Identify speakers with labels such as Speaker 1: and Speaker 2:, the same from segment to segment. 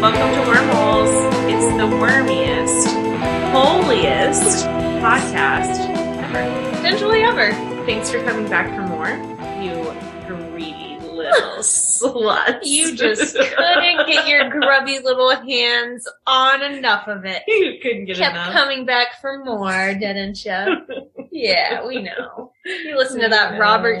Speaker 1: Welcome to Wormholes. It's the wormiest, holiest podcast ever. Potentially ever. Thanks for coming back for more, you greedy little sluts.
Speaker 2: You just couldn't get your grubby little hands on enough of it.
Speaker 1: You couldn't get
Speaker 2: Kept
Speaker 1: enough.
Speaker 2: coming back for more, didn't you? yeah, we know. You listen to
Speaker 1: We
Speaker 2: that
Speaker 1: know.
Speaker 2: Robert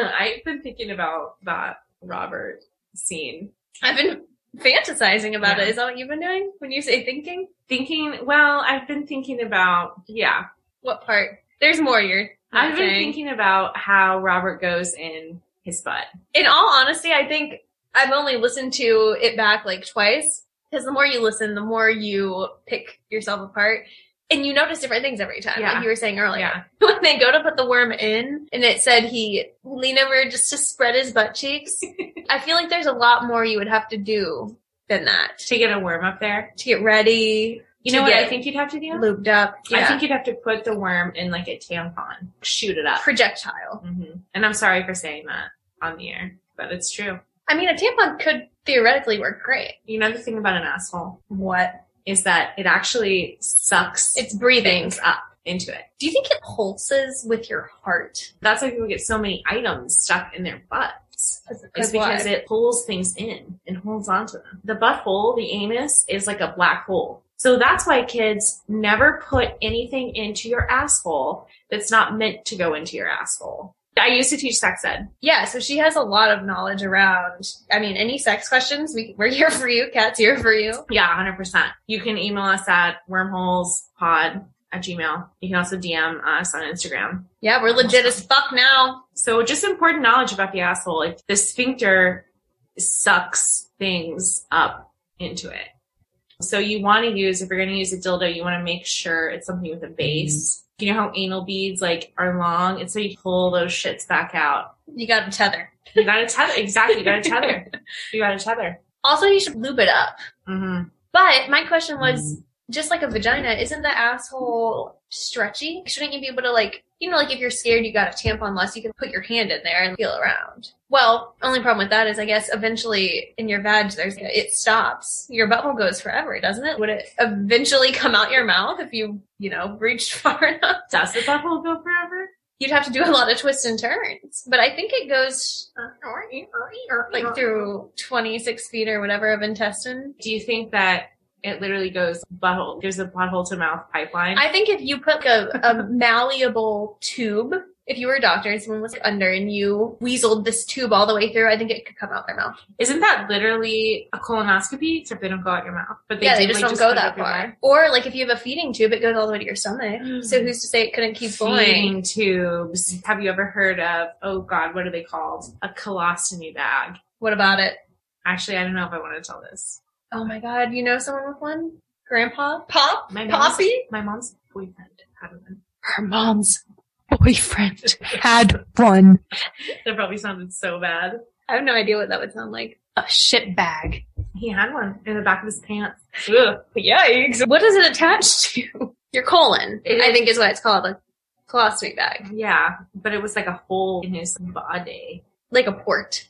Speaker 1: I've been thinking about that Robert scene.
Speaker 2: I've been fantasizing about
Speaker 1: Yeah.
Speaker 2: it. Is that what you've been doing when you say thinking?
Speaker 1: Thinking, well, I've been thinking about, yeah,
Speaker 2: What part? There's more you're. not
Speaker 1: I've been
Speaker 2: saying.
Speaker 1: thinking about how Robert goes in his butt.
Speaker 2: In all honesty, I think I've only listened to it back like twice because the more you listen, the more you pick yourself apart. And you notice different things every time,
Speaker 1: Yeah.
Speaker 2: like you were saying earlier.
Speaker 1: yeah.
Speaker 2: when they go to put the worm in and it said he leaned over just to spread his butt cheeks. I feel like there's a lot more you would have to do than that
Speaker 1: To get a worm up there.
Speaker 2: to get ready,
Speaker 1: You
Speaker 2: To
Speaker 1: know what I
Speaker 2: get
Speaker 1: think you'd have to do?
Speaker 2: lubed up.
Speaker 1: I think you'd have to put the worm in like a tampon, shoot it up.
Speaker 2: projectile.
Speaker 1: hmm And I'm sorry for saying that on the air, but it's true.
Speaker 2: I mean, a tampon could theoretically work great.
Speaker 1: You know the thing about an asshole
Speaker 2: What?
Speaker 1: is that it actually sucks
Speaker 2: It's breathing.
Speaker 1: things up into it.
Speaker 2: Do you think it pulses with your heart?
Speaker 1: That's why people get so many items stuck in their butts. It's because
Speaker 2: why?
Speaker 1: it pulls things in and holds onto them. The butthole, the anus, is like a black hole. So that's why kids never put anything into your asshole that's not meant to go into your asshole. I used to teach sex ed.
Speaker 2: yeah. So she has a lot of knowledge around. I mean, any sex questions? We, we're here for you. Cat's here for you.
Speaker 1: Yeah, 100%. You can email us at wormholespod at gmail. You can also DM us on Instagram.
Speaker 2: Yeah, we're legit as fuck now.
Speaker 1: So just important knowledge about the asshole. Like the sphincter sucks things up into it. So you want to use, if you're going to use a dildo, you want to make sure it's something with a base. You know how anal beads like are long? It's so you pull those shits back out.
Speaker 2: You got to tether.
Speaker 1: You got to tether. Exactly. You got to tether. You got to tether.
Speaker 2: Also, you should lube it up.
Speaker 1: Mm-hmm.
Speaker 2: But my question was, just like a vagina, isn't the asshole stretchy? Shouldn't you be able to like, you know, like if you're scared, you got a tampon less, you can put your hand in there and feel around. Well, only problem with that is, I guess, eventually in your vag, there's it stops. Your butthole goes forever, doesn't it? Would it eventually come out your mouth if you, you know, reached far enough?
Speaker 1: Does the butthole go forever?
Speaker 2: You'd have to do a lot of twists and turns. But I think it goes
Speaker 1: Uh-huh.
Speaker 2: like through 26 feet or whatever of intestine.
Speaker 1: Do you think that it literally goes butthole? There's a butthole to mouth pipeline.
Speaker 2: I think if you put like, a, a malleable tube, if you were a doctor and someone was under and you weaseled this tube all the way through, I think it could come out their mouth.
Speaker 1: Isn't that literally a colonoscopy? Except they don't go out your mouth, but they
Speaker 2: yeah, they
Speaker 1: do,
Speaker 2: just
Speaker 1: like,
Speaker 2: don't go
Speaker 1: put it
Speaker 2: that
Speaker 1: up your
Speaker 2: far. Or like if you have a feeding tube, it goes all the way to your stomach. so who's to say it couldn't keep
Speaker 1: mouth.
Speaker 2: going?
Speaker 1: Mm. Feeding tubes. Have you ever heard of? Oh God, what are they called? A colostomy bag.
Speaker 2: What about it?
Speaker 1: Actually, I don't know if I want to tell this.
Speaker 2: Oh my God, you know someone with one? Grandpa? Pop?
Speaker 1: My mom's-
Speaker 2: Poppy?
Speaker 1: My mom's boyfriend had one.
Speaker 3: her mom's boyfriend had one.
Speaker 1: That probably sounded so bad.
Speaker 2: I have no idea what that would sound like.
Speaker 3: A shit bag.
Speaker 1: He had one in the back of his pants. Ugh.
Speaker 2: Yikes. What is it attached to? Your colon,
Speaker 1: It
Speaker 2: I
Speaker 1: is-
Speaker 2: think is what it's called. A colostomy bag.
Speaker 1: Yeah, but it was like a hole in his body.
Speaker 2: Like a port.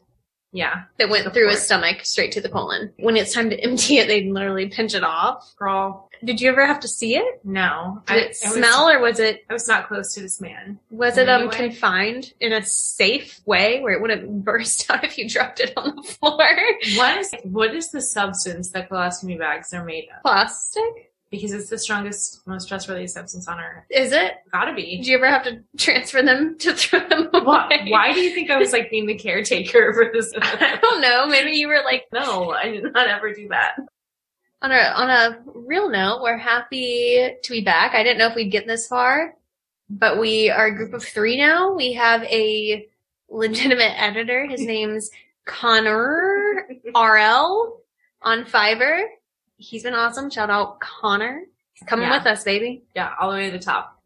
Speaker 1: Yeah,
Speaker 2: that went
Speaker 1: The
Speaker 2: through
Speaker 1: fork.
Speaker 2: his stomach straight to the colon. When it's time to empty it, they literally pinch it off.
Speaker 1: girl.
Speaker 2: Did you ever have to see it?
Speaker 1: No,
Speaker 2: Did
Speaker 1: I-
Speaker 2: it
Speaker 1: I was-
Speaker 2: smell or was it
Speaker 1: I was not close to this man.
Speaker 2: was it um
Speaker 1: Anyway.
Speaker 2: confined in a safe way where it wouldn't burst out if you dropped it on the floor?
Speaker 1: What is what is the substance that colostomy bags are made of?
Speaker 2: Plastic?
Speaker 1: Because it's the strongest, most trustworthy substance on earth.
Speaker 2: Is it?
Speaker 1: Gotta
Speaker 2: Did
Speaker 1: be.
Speaker 2: you ever have to transfer them to throw them away?
Speaker 1: Why, why do you think I was like being the caretaker for this?
Speaker 2: I don't know. Maybe you were like
Speaker 1: no, I did not ever do that.
Speaker 2: on a on a real note. We're happy to be back. I didn't know if we'd get this far, but we are a group of three now. We have a legitimate editor. His name's Connor RL on Fiverr. He's been awesome. Shout out Connor. Coming
Speaker 1: Yeah.
Speaker 2: with us, baby.
Speaker 1: Yeah, all the way to the top.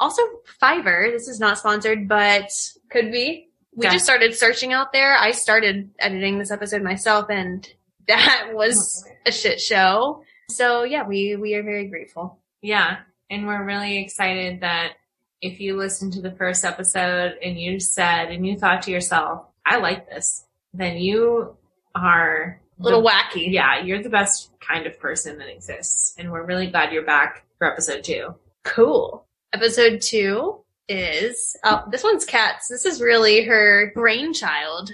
Speaker 2: Also, Fiverr. This is not sponsored, but could be. We
Speaker 1: Yeah.
Speaker 2: just started searching out there. I started editing this episode myself, and that
Speaker 1: Oh,
Speaker 2: was a shit show. So yeah, we we are very grateful.
Speaker 1: Yeah, and we're really excited that if you listened to the first episode and you said and you thought to yourself, I like this, then you are
Speaker 2: A little
Speaker 1: the-
Speaker 2: wacky.
Speaker 1: yeah, you're the best kind of person that exists. And we're really glad you're back for episode two.
Speaker 2: Cool. Episode two is oh, this one's cats. This is really her brainchild.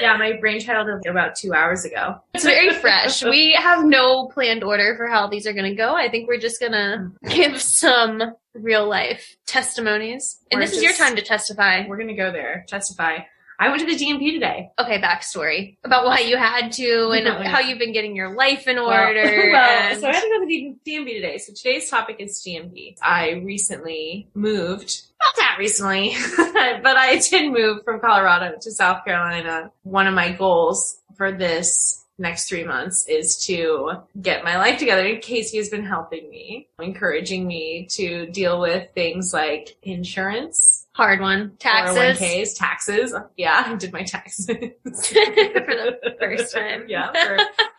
Speaker 1: Yeah, my brainchild of about two hours ago.
Speaker 2: It's very fresh. We have no planned order for how these are going to go. I think we're just going to
Speaker 1: Mm.
Speaker 2: give some real life testimonies. And
Speaker 1: We're
Speaker 2: this is your
Speaker 1: just-
Speaker 2: time to testify.
Speaker 1: We're gonna go there. Testify. I went to the DMP today.
Speaker 2: Okay, backstory about why you had to and
Speaker 1: Yeah.
Speaker 2: how you've been getting your life in
Speaker 1: Well-
Speaker 2: order.
Speaker 1: well, so I
Speaker 2: and-
Speaker 1: had to go to the DMV today. So today's topic is DMV. I recently moved, not that recently, but I did move from Colorado to South Carolina. One of my goals for this next three months is to get my life together. And Casey has been helping me, encouraging me to deal with things like insurance,
Speaker 2: hard one. Taxes.
Speaker 1: 401ks, taxes. Yeah, I did my taxes for
Speaker 2: the first time.
Speaker 1: yeah, for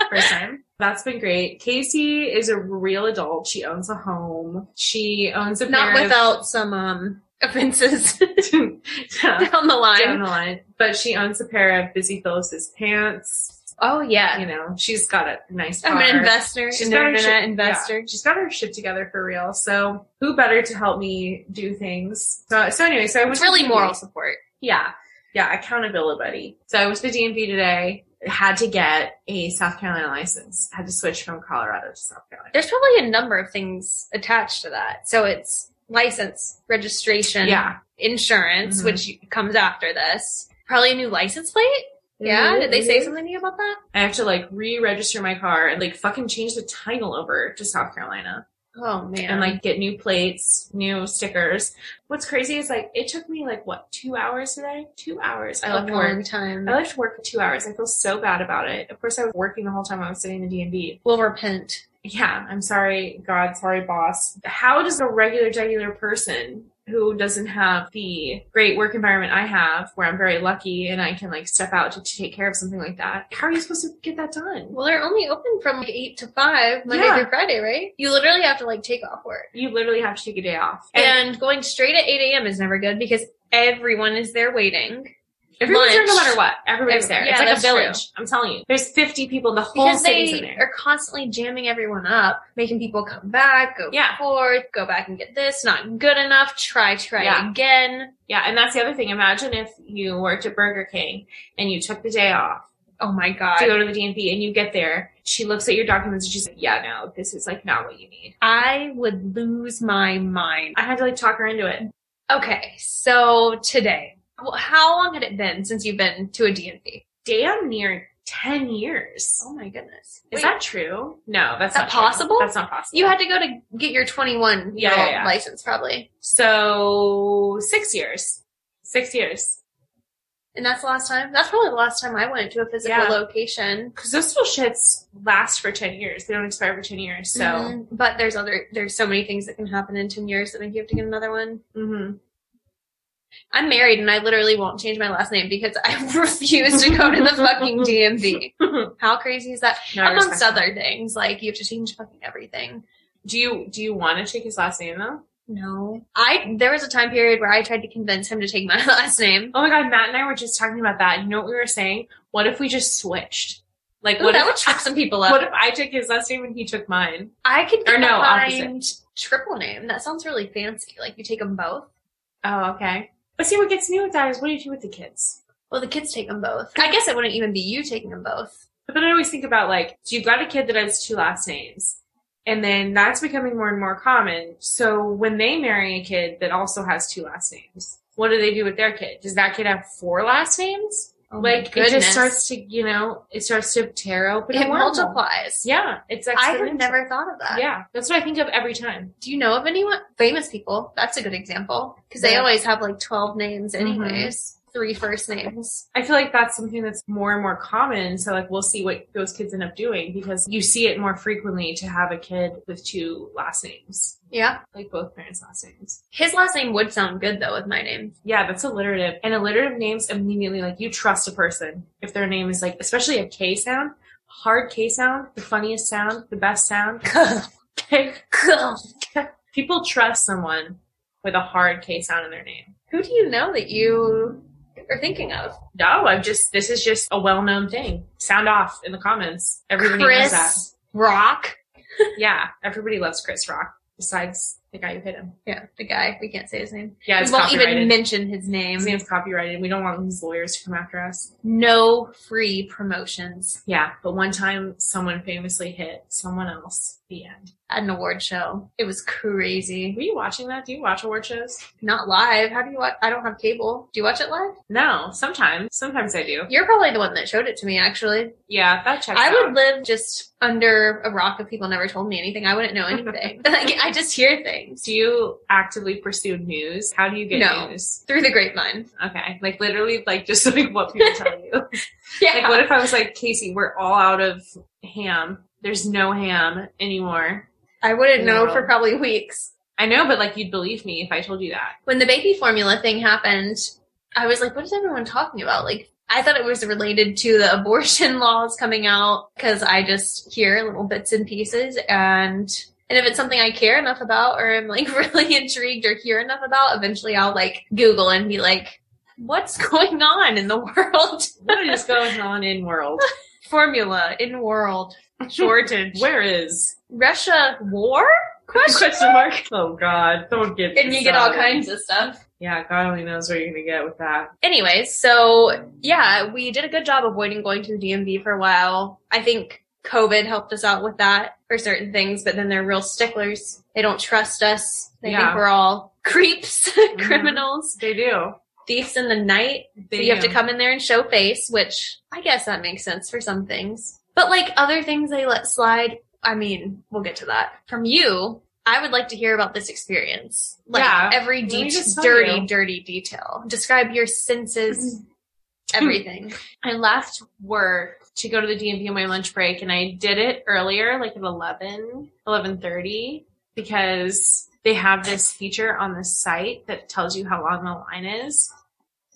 Speaker 1: first time. That's been great. Casey is a real adult. She owns a home. She owns a
Speaker 2: Not
Speaker 1: pair of-
Speaker 2: without some um offenses
Speaker 1: yeah,
Speaker 2: down the line.
Speaker 1: down the line. But she owns a pair of Busy Phyllis's pants.
Speaker 2: Oh yeah.
Speaker 1: You know, she's got a nice.
Speaker 2: I'm
Speaker 1: car.
Speaker 2: an investor,
Speaker 1: She's
Speaker 2: an
Speaker 1: got her
Speaker 2: internet
Speaker 1: shit-
Speaker 2: investor.
Speaker 1: yeah, she's got her shit together for real. So who better to help me do things? So, so anyway, so I went
Speaker 2: It's
Speaker 1: to
Speaker 2: really
Speaker 1: the-
Speaker 2: moral support.
Speaker 1: Yeah. Yeah, accountability buddy. So I was to the DMV today, had to get a South Carolina license, had to switch from Colorado to South Carolina.
Speaker 2: There's probably a number of things attached to that. So it's license, registration,
Speaker 1: Yeah.
Speaker 2: insurance,
Speaker 1: Mhm.
Speaker 2: which comes after this. Probably a new license plate.
Speaker 1: Mm-hmm.
Speaker 2: Yeah. Did they say something to you about that?
Speaker 1: I have to like re-register my car and like fucking change the title over to South Carolina
Speaker 2: Oh man.
Speaker 1: and like get new plates, new stickers. What's crazy is like it took me like what, two hours today? Two hours. I
Speaker 2: a
Speaker 1: left
Speaker 2: long
Speaker 1: work.
Speaker 2: time.
Speaker 1: I left work for two hours. I feel so bad about it. Of course I was working the whole time I was sitting in the DMV.
Speaker 2: We'll repent.
Speaker 1: yeah, I'm sorry, God, sorry, boss. How does a regular, regular person who doesn't have the great work environment I have, where I'm very lucky and I can like step out to, to take care of something like that, how are you supposed to get that done?
Speaker 2: Well, they're only open from like eight to five, Monday
Speaker 1: Yeah.
Speaker 2: through Friday, right? You literally have to like take off work.
Speaker 1: You literally have to take a day off. And
Speaker 2: And going straight at 8 a.m. is never good because everyone is there waiting.
Speaker 1: everyone's there no
Speaker 2: lunch.
Speaker 1: matter what. Everybody's there.
Speaker 2: Every-
Speaker 1: it's
Speaker 2: yeah,
Speaker 1: like a
Speaker 2: that's true.
Speaker 1: village. I'm telling you. There's 50 people, in the whole
Speaker 2: Because
Speaker 1: city's in
Speaker 2: they
Speaker 1: there.
Speaker 2: are constantly jamming everyone up, making people come back, go
Speaker 1: Yeah.
Speaker 2: forth, go back and get this, not good enough, try, try
Speaker 1: Yeah.
Speaker 2: again.
Speaker 1: yeah, and that's the other thing. Imagine if you worked at Burger King and you took the day off
Speaker 2: Oh my god.
Speaker 1: to go to the DMV and you get there. She looks at your documents and she's like, yeah, no, this is like not what you need.
Speaker 2: I would lose my mind.
Speaker 1: I had to like talk her into it.
Speaker 2: Okay, so today, well, how long had it been since you've been to a DMV?
Speaker 1: Damn near 10 years.
Speaker 2: Oh my goodness.
Speaker 1: Is that true? No, that's
Speaker 2: Is that
Speaker 1: not true.
Speaker 2: possible?
Speaker 1: That's not possible.
Speaker 2: you had to go to get your 21 year
Speaker 1: Yeah, yeah,
Speaker 2: old
Speaker 1: yeah.
Speaker 2: license probably.
Speaker 1: so six years. Six years.
Speaker 2: And that's the last time. That's probably the last time I went to a physical
Speaker 1: Yeah.
Speaker 2: location.
Speaker 1: Because those little shits last for 10 years. They don't expire for 10 years. So,
Speaker 2: Mhm. but there's other there's so many things that can happen in 10 years that make you have to get another one.
Speaker 1: mhm.
Speaker 2: I'm married and I literally won't change my last name because I refuse to go to the fucking DMV. How crazy is that?
Speaker 1: No, I
Speaker 2: Amongst
Speaker 1: respect that.
Speaker 2: other things, like you have to change fucking everything.
Speaker 1: Do you, do you want to take his last name though?
Speaker 2: No. I there was a time period where I tried to convince him to take my last name.
Speaker 1: Oh my God, Matt and I were just talking about that. You know what we were saying? What if we just switched? Like,
Speaker 2: Ooh,
Speaker 1: what
Speaker 2: that
Speaker 1: if,
Speaker 2: would trip some people up.
Speaker 1: what if I took his last name and he took mine?
Speaker 2: I could
Speaker 1: Or
Speaker 2: get
Speaker 1: no,
Speaker 2: behind triple name. That sounds really fancy. Like you take them both.
Speaker 1: Oh, okay. But see, what gets me with that is what do you do with the kids?
Speaker 2: Well, the kids take them both. I guess it wouldn't even be you taking them both.
Speaker 1: But then I always think about like, so you've got a kid that has two last names, and then that's becoming more and more common. So when they marry a kid that also has two last names, what do they do with their kid? Does that kid have four last names?
Speaker 2: Oh my
Speaker 1: like it
Speaker 2: goodness.
Speaker 1: just starts to, you know, it starts to tear open.
Speaker 2: It
Speaker 1: a wormhole.
Speaker 2: multiplies.
Speaker 1: Yeah, it's
Speaker 2: I
Speaker 1: exponential.
Speaker 2: had never thought of that.
Speaker 1: Yeah, that's what I think of every time.
Speaker 2: Do you know of anyone famous people? That's a good example because they
Speaker 1: Yeah.
Speaker 2: always have like twelve names,
Speaker 1: Mhm.
Speaker 2: anyways. Three first names.
Speaker 1: I feel like that's something that's more and more common. So like we'll see what those kids end up doing because you see it more frequently to have a kid with two last names,
Speaker 2: Yeah.
Speaker 1: like both parents' last names.
Speaker 2: His last name would sound good though with my name.
Speaker 1: Yeah, that's alliterative. And alliterative names immediately, like, you trust a person if their name is like, especially a K sound, hard K sound, the funniest sound, the best sound. People trust someone with a hard K sound in their name.
Speaker 2: Who do you know that you are thinking of?
Speaker 1: No, I'm just, this is just a well known thing. Sound off in the comments. Everybody knows that.
Speaker 2: Chris Rock.
Speaker 1: Yeah, everybody loves Chris Rock, besides the guy who hit him.
Speaker 2: Yeah, the guy. We can't say his name.
Speaker 1: Yeah,
Speaker 2: we
Speaker 1: it's
Speaker 2: won't
Speaker 1: copyrighted.
Speaker 2: even mention his name.
Speaker 1: His name's copyrighted. We don't want these lawyers to come after us.
Speaker 2: No free promotions.
Speaker 1: Yeah, but one time someone famously hit someone else. The end.
Speaker 2: At an award show. It was crazy.
Speaker 1: Were you watching that? Do you watch award shows?
Speaker 2: Not live. How do you watch? I don't have cable. Do you watch it live?
Speaker 1: No, sometimes. Sometimes I do.
Speaker 2: You're probably the one that showed it to me, actually.
Speaker 1: Yeah, that checks
Speaker 2: I would
Speaker 1: out.
Speaker 2: live just under a rock if people never told me anything. I wouldn't know anything. like, I just hear things
Speaker 1: Do you actively pursue news? How do you get
Speaker 2: No.
Speaker 1: news?
Speaker 2: through the grapevine.
Speaker 1: Okay, like literally, like just like what people tell you.
Speaker 2: Yeah.
Speaker 1: Like, what if I was like, Casey, we're all out of ham. There's no ham anymore.
Speaker 2: I wouldn't know
Speaker 1: No.
Speaker 2: for probably weeks.
Speaker 1: I know, but like, you'd believe me if I told you that.
Speaker 2: When the baby formula thing happened, I was like, what is everyone talking about? Like, I thought it was related to the abortion laws coming out because I just hear little bits and pieces and. And if it's something I care enough about or am like really intrigued or hear enough about, eventually I'll like Google and be like, what's going on in the world?
Speaker 1: What is going on in world?
Speaker 2: formula in world shortage.
Speaker 1: Where is
Speaker 2: Russia war? Question.
Speaker 1: question mark? Oh God, don't get.
Speaker 2: And you get all kinds of stuff.
Speaker 1: Yeah, God only knows where you're gonna get with that.
Speaker 2: Anyways, so yeah, we did a good job avoiding going to the DMV for a while. I think COVID helped us out with that for certain things, but then they're real sticklers. They don't trust us. They
Speaker 1: Yeah.
Speaker 2: think we're all creeps, criminals,
Speaker 1: They do.
Speaker 2: thieves in the night.
Speaker 1: They
Speaker 2: so you have to
Speaker 1: do.
Speaker 2: come in there and show face, which I guess that makes sense for some things. But like other things they let slide, I mean, we'll get to that. From you, I would like to hear about this experience. Like
Speaker 1: Yeah.
Speaker 2: every
Speaker 1: Let me
Speaker 2: de-
Speaker 1: just tell
Speaker 2: dirty,
Speaker 1: you.
Speaker 2: dirty detail. Describe your senses,
Speaker 1: Mm-hmm.
Speaker 2: everything.
Speaker 1: I left work to go to the DMV on my lunch break, and I did it earlier, like at 11, 11.30, because they have this feature on the site that tells you how long the line is.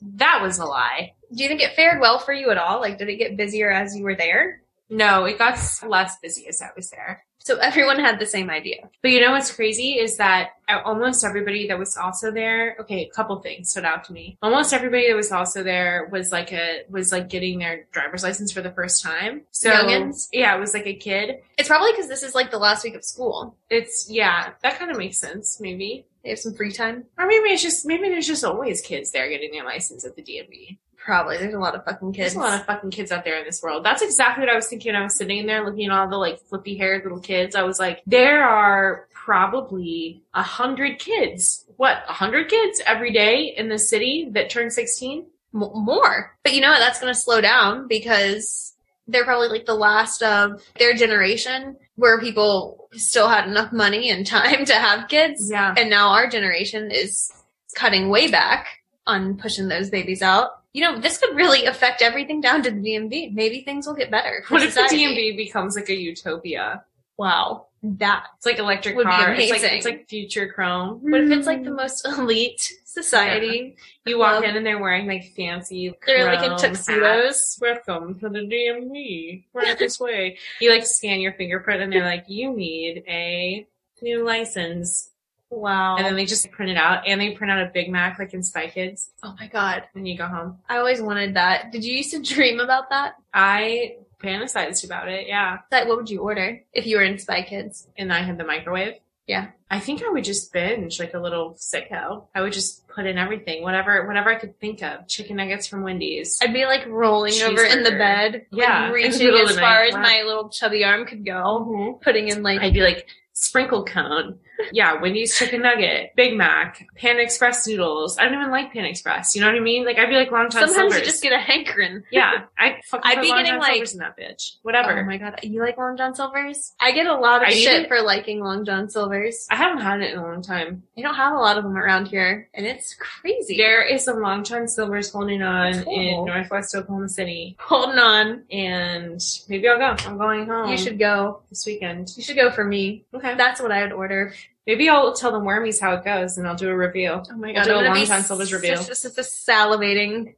Speaker 1: That was a lie.
Speaker 2: Do you think it fared well for you at all? Like did it get busier as you were there?
Speaker 1: No, it got s- less busy as I was there.
Speaker 2: So everyone had the same idea.
Speaker 1: But you know what's crazy is that almost everybody that was also there, okay, a couple things stood out to me. Almost everybody that was also there was like a was like getting their driver's license for the first time. So
Speaker 2: Youngins?
Speaker 1: yeah, it was like a kid.
Speaker 2: It's probably because this is like the last week of school.
Speaker 1: It's yeah, that kind of makes sense maybe.
Speaker 2: They have some free time.
Speaker 1: Or maybe it's just maybe there's just always kids there getting their license at the DMV.
Speaker 2: Probably. There's a lot of fucking kids.
Speaker 1: There's a lot of fucking kids out there in this world. That's exactly what I was thinking when I was sitting there looking at all the like flippy haired little kids. I was like, there are probably a hundred kids. What, a hundred kids every day in the city that turn sixteen?
Speaker 2: m- more. But you know what? That's going to slow down because they're probably like the last of their generation where people still had enough money and time to have kids.
Speaker 1: Yeah.
Speaker 2: And now our generation is cutting way back on pushing those babies out. You know, this could really affect everything down to the DMV. Maybe things will get better. for
Speaker 1: What if the
Speaker 2: society.
Speaker 1: DMV becomes like a utopia?
Speaker 2: Wow. That.
Speaker 1: It's like electric
Speaker 2: Would be
Speaker 1: car. It's like
Speaker 2: amazing.
Speaker 1: it's like future chrome.
Speaker 2: What if it's like the most elite society?
Speaker 1: You walk
Speaker 2: Love.
Speaker 1: in and they're wearing like fancy.
Speaker 2: They're, like, in
Speaker 1: chrome
Speaker 2: tuxedos.
Speaker 1: hats. Welcome to the DMV. Right this way. You like scan your fingerprint and they're like, you need a new license.
Speaker 2: Wow.
Speaker 1: And then they just print it out and they print out a Big Mac like in Spy Kids
Speaker 2: oh my God.
Speaker 1: and you go home.
Speaker 2: I always wanted that. Did you used to dream about that?
Speaker 1: I fantasized about it. Yeah.
Speaker 2: That what would you order if you were in Spy Kids?
Speaker 1: And I had the microwave.
Speaker 2: Yeah.
Speaker 1: I think I would just binge like a little sicko. I would just put in everything, whatever, whatever I could think of. Chicken nuggets from Wendy's.
Speaker 2: I'd be like rolling over in the
Speaker 1: Cheeseburger.
Speaker 2: bed,
Speaker 1: Yeah, in
Speaker 2: like,
Speaker 1: the
Speaker 2: reaching
Speaker 1: middle of
Speaker 2: as
Speaker 1: the
Speaker 2: far
Speaker 1: night.
Speaker 2: as my little chubby arm could go,
Speaker 1: Mhm.
Speaker 2: putting in like
Speaker 1: I'd be like, sprinkle cone. Yeah, Wendy's chicken nugget, Big Mac, Pan Express noodles. I don't even like Pan Express. You know what I mean? Like I'd be like long time
Speaker 2: sometimes
Speaker 1: silvers.
Speaker 2: you just get a hankering.
Speaker 1: yeah, I fucking
Speaker 2: I'd
Speaker 1: put
Speaker 2: be
Speaker 1: Long
Speaker 2: getting,
Speaker 1: John
Speaker 2: like-
Speaker 1: Silver's in that bitch. Whatever.
Speaker 2: Oh my god, you like Long John Silver's? I get a lot of
Speaker 1: I
Speaker 2: shit
Speaker 1: do.
Speaker 2: for liking Long John Silver's.
Speaker 1: I haven't had it in a long time.
Speaker 2: They don't have a lot of them around here, and it's crazy.
Speaker 1: There is a Long John Silver's holding on
Speaker 2: Cool.
Speaker 1: in Northwest Oklahoma City,
Speaker 2: holding on.
Speaker 1: and maybe I'll go. I'm going home.
Speaker 2: You should go.
Speaker 1: this weekend.
Speaker 2: You should go for me.
Speaker 1: Okay.
Speaker 2: That's what I would order.
Speaker 1: Maybe I'll tell the wormies how it goes, and I'll do a review.
Speaker 2: Oh my
Speaker 1: We'll
Speaker 2: god,
Speaker 1: do a
Speaker 2: I'm gonna
Speaker 1: Long
Speaker 2: be
Speaker 1: John Silver's review.
Speaker 2: This is salivating.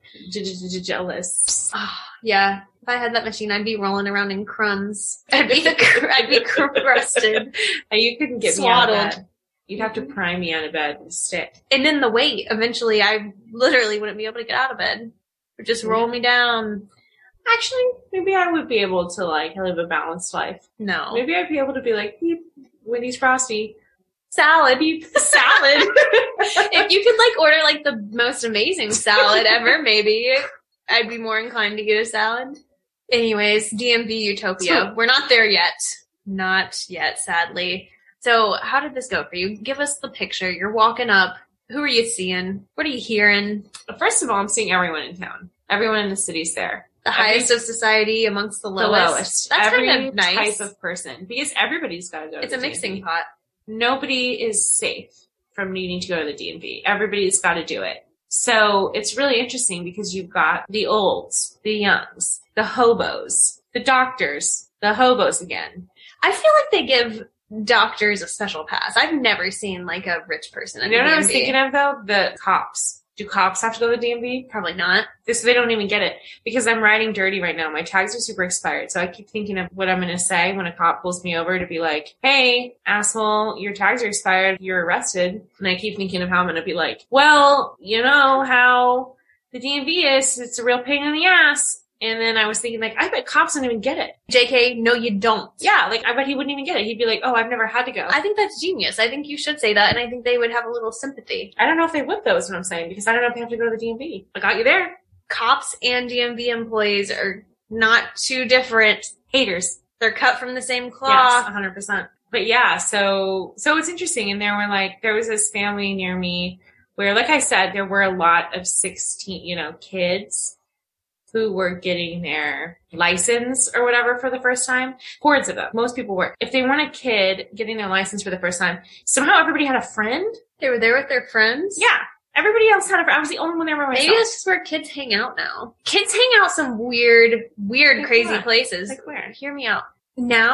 Speaker 1: Jealous.
Speaker 2: Ah, yeah. If I had that machine, I'd be rolling around in crumbs. I'd be, cr- I'd be crusted.
Speaker 1: You couldn't get me out of
Speaker 2: Swaddled. Mm-hmm.
Speaker 1: that. You'd have to pry me out of bed with a stick.
Speaker 2: And then the weight. Eventually, I literally wouldn't be able to get out of bed. It would just roll me down.
Speaker 1: Actually, maybe I would be able to like live a balanced life.
Speaker 2: No.
Speaker 1: Maybe I'd be able to be like, beep, Wendy's Frosty,
Speaker 2: Salad.
Speaker 1: beep, salad.
Speaker 2: if you could like order like the most amazing salad ever, maybe I'd be more inclined to get a salad. Anyways, DMV Utopia. We're not there yet. Not yet, sadly. So how did this go for you? Give us the picture. You're walking up. Who are you seeing? What are you hearing?
Speaker 1: First of all, I'm seeing everyone in town. Everyone in the city's there.
Speaker 2: The
Speaker 1: Every-
Speaker 2: highest of society amongst the
Speaker 1: The
Speaker 2: lowest.
Speaker 1: lowest.
Speaker 2: That's
Speaker 1: Every
Speaker 2: kind of nice.
Speaker 1: type of person because everybody's got to go. to
Speaker 2: it's a
Speaker 1: the
Speaker 2: mixing
Speaker 1: DMV.
Speaker 2: pot.
Speaker 1: Nobody is safe from needing to go to the DMV. Everybody's got to do it. So it's really interesting because you've got the olds, the youngs, the hobos, the doctors, the hobos again.
Speaker 2: I feel like they give doctors a special pass. I've never seen like a rich person.
Speaker 1: You
Speaker 2: at
Speaker 1: know what I
Speaker 2: DMV.
Speaker 1: was thinking of though? The cops. Do cops have to go to the DMV?
Speaker 2: Probably not.
Speaker 1: This they don't even get it because I'm riding dirty right now. My tags are super expired, so I keep thinking of what I'm gonna say when a cop pulls me over to be like, "Hey, asshole, your tags are expired. You're arrested." And I keep thinking of how I'm gonna be like, "Well, you know how the DMV is. It's a real pain in the ass." And then I was thinking like, I bet cops don't even get it.
Speaker 2: JK, no, you don't.
Speaker 1: Yeah, like I bet he wouldn't even get it. He'd be like, "Oh, I've never had to go."
Speaker 2: I think that's genius. I think you should say that, and I think they would have a little sympathy.
Speaker 1: I don't know if they would though. Is what I'm saying because I don't know if they have to go to the DMV. I got you there,
Speaker 2: Cops and DMV employees are not too different.
Speaker 1: haters.
Speaker 2: They're cut from the same
Speaker 1: Yes,
Speaker 2: cloth.
Speaker 1: 100%. But yeah, so, so it's interesting. And there were like, there was this family near me where, like I said, there were a lot of 16, you know, kids who were getting their license or whatever for the first time. Hordes of them. Most people were. If they weren't a kid getting their license for the first time, somehow everybody had a friend.
Speaker 2: They were there with their friends.
Speaker 1: Yeah. Everybody else had a friend. I was the only one there by myself.
Speaker 2: Maybe that's just where kids hang out now. Kids hang out some weird, weird,
Speaker 1: Like
Speaker 2: crazy
Speaker 1: what?
Speaker 2: places.
Speaker 1: Like where?
Speaker 2: Hear me out.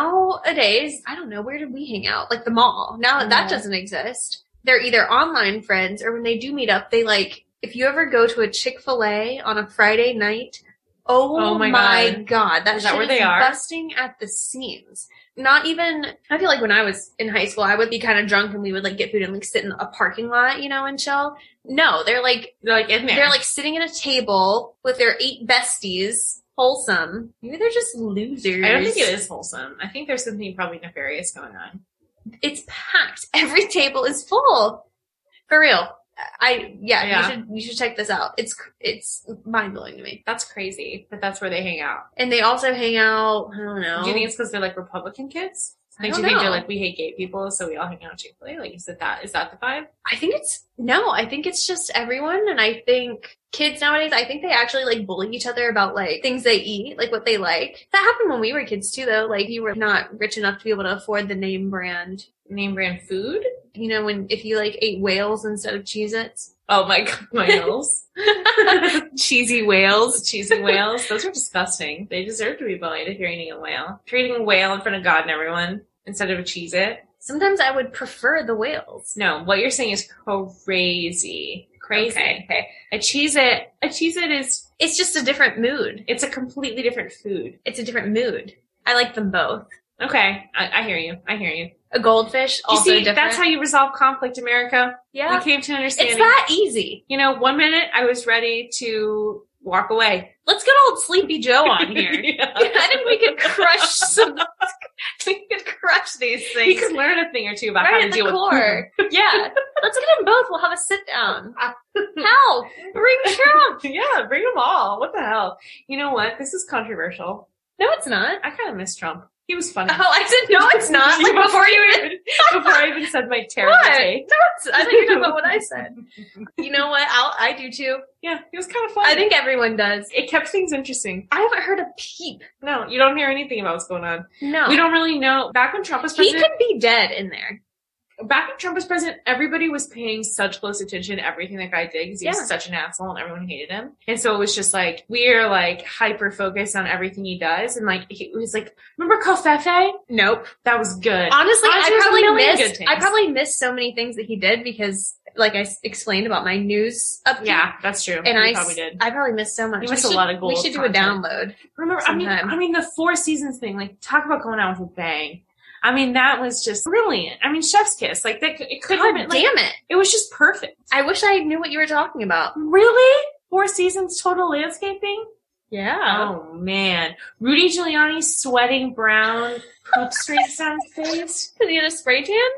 Speaker 2: Nowadays, I don't know, where did we hang out? Like the mall. Now that that
Speaker 1: Mhm.
Speaker 2: doesn't exist. They're either online friends or when they do meet up, they like, if you ever go to a Chick-fil-A on a Friday night, oh,
Speaker 1: Oh my
Speaker 2: my,
Speaker 1: God.
Speaker 2: God. that
Speaker 1: Is that
Speaker 2: shit
Speaker 1: where
Speaker 2: is
Speaker 1: they are?
Speaker 2: busting at the seams. Not even, I feel like when I was in high school, I would be kind of drunk and we would like get food and like sit in a parking lot, you know, and chill. No, they're like
Speaker 1: They're like in there.
Speaker 2: they're like sitting at a table with their eight besties. Wholesome. Maybe they're just losers.
Speaker 1: I don't think it is wholesome. I think there's something probably nefarious going on.
Speaker 2: It's packed. Every table is full. For real. I yeah.
Speaker 1: Yeah.
Speaker 2: You should you should check this out. It's cr- it's mind blowing to me.
Speaker 1: That's crazy, but that's where they hang out.
Speaker 2: And they also hang out. I don't know.
Speaker 1: Do you think it's because they're like Republican kids?
Speaker 2: I
Speaker 1: Like, do
Speaker 2: don't
Speaker 1: you think they're
Speaker 2: know.
Speaker 1: like we hate gay people, so we all hang out Chick Fil A? Like, is it that? Is that the vibe?
Speaker 2: I think it's no. I think it's just everyone, and I think kids nowadays. I think they actually like bully each other about like things they eat, like what they like. That happened when we were kids too, though. Like you were not rich enough to be able to afford the name brand
Speaker 1: Name brand food?
Speaker 2: you know, when if you like ate whales instead of Cheez Its.
Speaker 1: Oh my god, my whales,
Speaker 2: Cheesy whales.
Speaker 1: cheesy whales. Those are disgusting. They deserve to be bullied if you're eating a whale. If you're eating a whale in front of God and everyone instead of a cheese it.
Speaker 2: Sometimes I would prefer the whales.
Speaker 1: No, what you're saying is crazy, crazy.
Speaker 2: Okay, okay.
Speaker 1: A cheese it, a cheese it is.
Speaker 2: It's just a different mood.
Speaker 1: It's a completely different food.
Speaker 2: It's a different mood. I like them both.
Speaker 1: Okay, I, I hear you. I hear you.
Speaker 2: A goldfish
Speaker 1: You
Speaker 2: also
Speaker 1: see,
Speaker 2: different.
Speaker 1: that's how you resolve conflict, America.
Speaker 2: yeah.
Speaker 1: We came to an understanding.
Speaker 2: It's that easy.
Speaker 1: you know, one minute I was ready to walk away.
Speaker 2: Let's get old Sleepy Joe on here. I think we could crush some. we could crush these
Speaker 1: You
Speaker 2: things
Speaker 1: could learn a thing or two about how
Speaker 2: right
Speaker 1: to
Speaker 2: at the
Speaker 1: deal
Speaker 2: core. yeah, let's get them both. We'll have a sit down. Hell, bring Trump.
Speaker 1: with poop. Yeah, bring them all. What the hell? You know what? This is controversial.
Speaker 2: No, it's not.
Speaker 1: I kind of miss Trump. He was funny.
Speaker 2: Oh, I said no, it's not.
Speaker 1: You-
Speaker 2: Like before you even
Speaker 1: Before I even said my terrible
Speaker 2: What?
Speaker 1: take.
Speaker 2: I thought you were talking about what I said. You know what? I'll, I do too.
Speaker 1: Yeah, he was kind of funny.
Speaker 2: I think everyone does.
Speaker 1: it kept things interesting.
Speaker 2: I haven't heard a peep.
Speaker 1: No, you don't hear anything about what's going on.
Speaker 2: No,
Speaker 1: We don't really know. Back when Trump was
Speaker 2: He
Speaker 1: president,
Speaker 2: could be dead in there.
Speaker 1: back when Trump was president, everybody was paying such close attention to everything that guy did because he
Speaker 2: Yeah.
Speaker 1: was such an asshole and everyone hated him. And so it was just like we're like hyper focused on everything he does. And like he- it was like, remember Kofefe?
Speaker 2: Nope.
Speaker 1: That was good. Honestly,
Speaker 2: Honestly, I
Speaker 1: there's a
Speaker 2: probably
Speaker 1: million good
Speaker 2: missed.
Speaker 1: things.
Speaker 2: I probably missed so many things that he did because, like I s- explained about my news update.
Speaker 1: yeah, that's true.
Speaker 2: And
Speaker 1: You
Speaker 2: I, s-
Speaker 1: probably did.
Speaker 2: I probably missed so much.
Speaker 1: You
Speaker 2: We
Speaker 1: missed a
Speaker 2: should-
Speaker 1: lot of
Speaker 2: We
Speaker 1: gold
Speaker 2: should do
Speaker 1: content.
Speaker 2: a download.
Speaker 1: Remember, I mean,
Speaker 2: sometime.
Speaker 1: I mean the Four Seasons thing. Like, talk about going out with a bang. I mean, that was just brilliant. I mean, chef's kiss. Like that, c- it could
Speaker 2: God
Speaker 1: have
Speaker 2: damn
Speaker 1: been like,
Speaker 2: it.
Speaker 1: it was just perfect.
Speaker 2: I wish I knew what you were talking about.
Speaker 1: Really? Four seasons total landscaping?
Speaker 2: Yeah.
Speaker 1: Oh man. Rudy Giuliani sweating brown poop streaks on his face.
Speaker 2: Because he had a spray tan?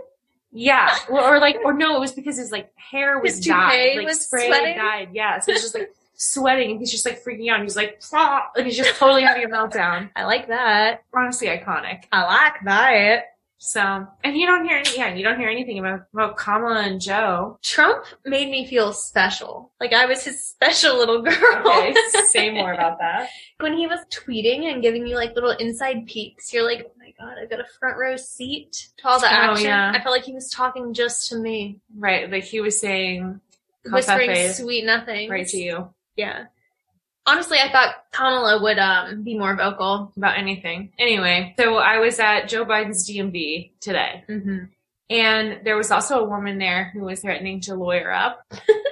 Speaker 1: Yeah. Well, or like, or no, it was because his like hair was
Speaker 2: His toupee
Speaker 1: dyed. Like
Speaker 2: was
Speaker 1: sprayed
Speaker 2: sweating?
Speaker 1: dyed. Yes. He was just like sweating and he's just like freaking out. He's like, "Pah," like he's just totally having a meltdown.
Speaker 2: I like that.
Speaker 1: Honestly iconic.
Speaker 2: I like that.
Speaker 1: So, and you don't hear any, yeah, you don't hear anything about, about Kamala and Joe.
Speaker 2: Trump made me feel special. Like I was his special little girl.
Speaker 1: say more about that.
Speaker 2: when he was tweeting and giving you like little inside peeks, you're like, oh my god, I've got a front row seat to all the
Speaker 1: Oh,
Speaker 2: action.
Speaker 1: yeah.
Speaker 2: I felt like he was talking just to me,
Speaker 1: Right. Like he was saying, Cuff
Speaker 2: whispering
Speaker 1: Efe
Speaker 2: sweet nothing.
Speaker 1: right to you
Speaker 2: Yeah. Honestly, I thought Kamala would um, be more vocal.
Speaker 1: about anything. Anyway, so I was at Joe Biden's DMV today.
Speaker 2: Mm-hmm.
Speaker 1: And there was also a woman there who was threatening to lawyer up.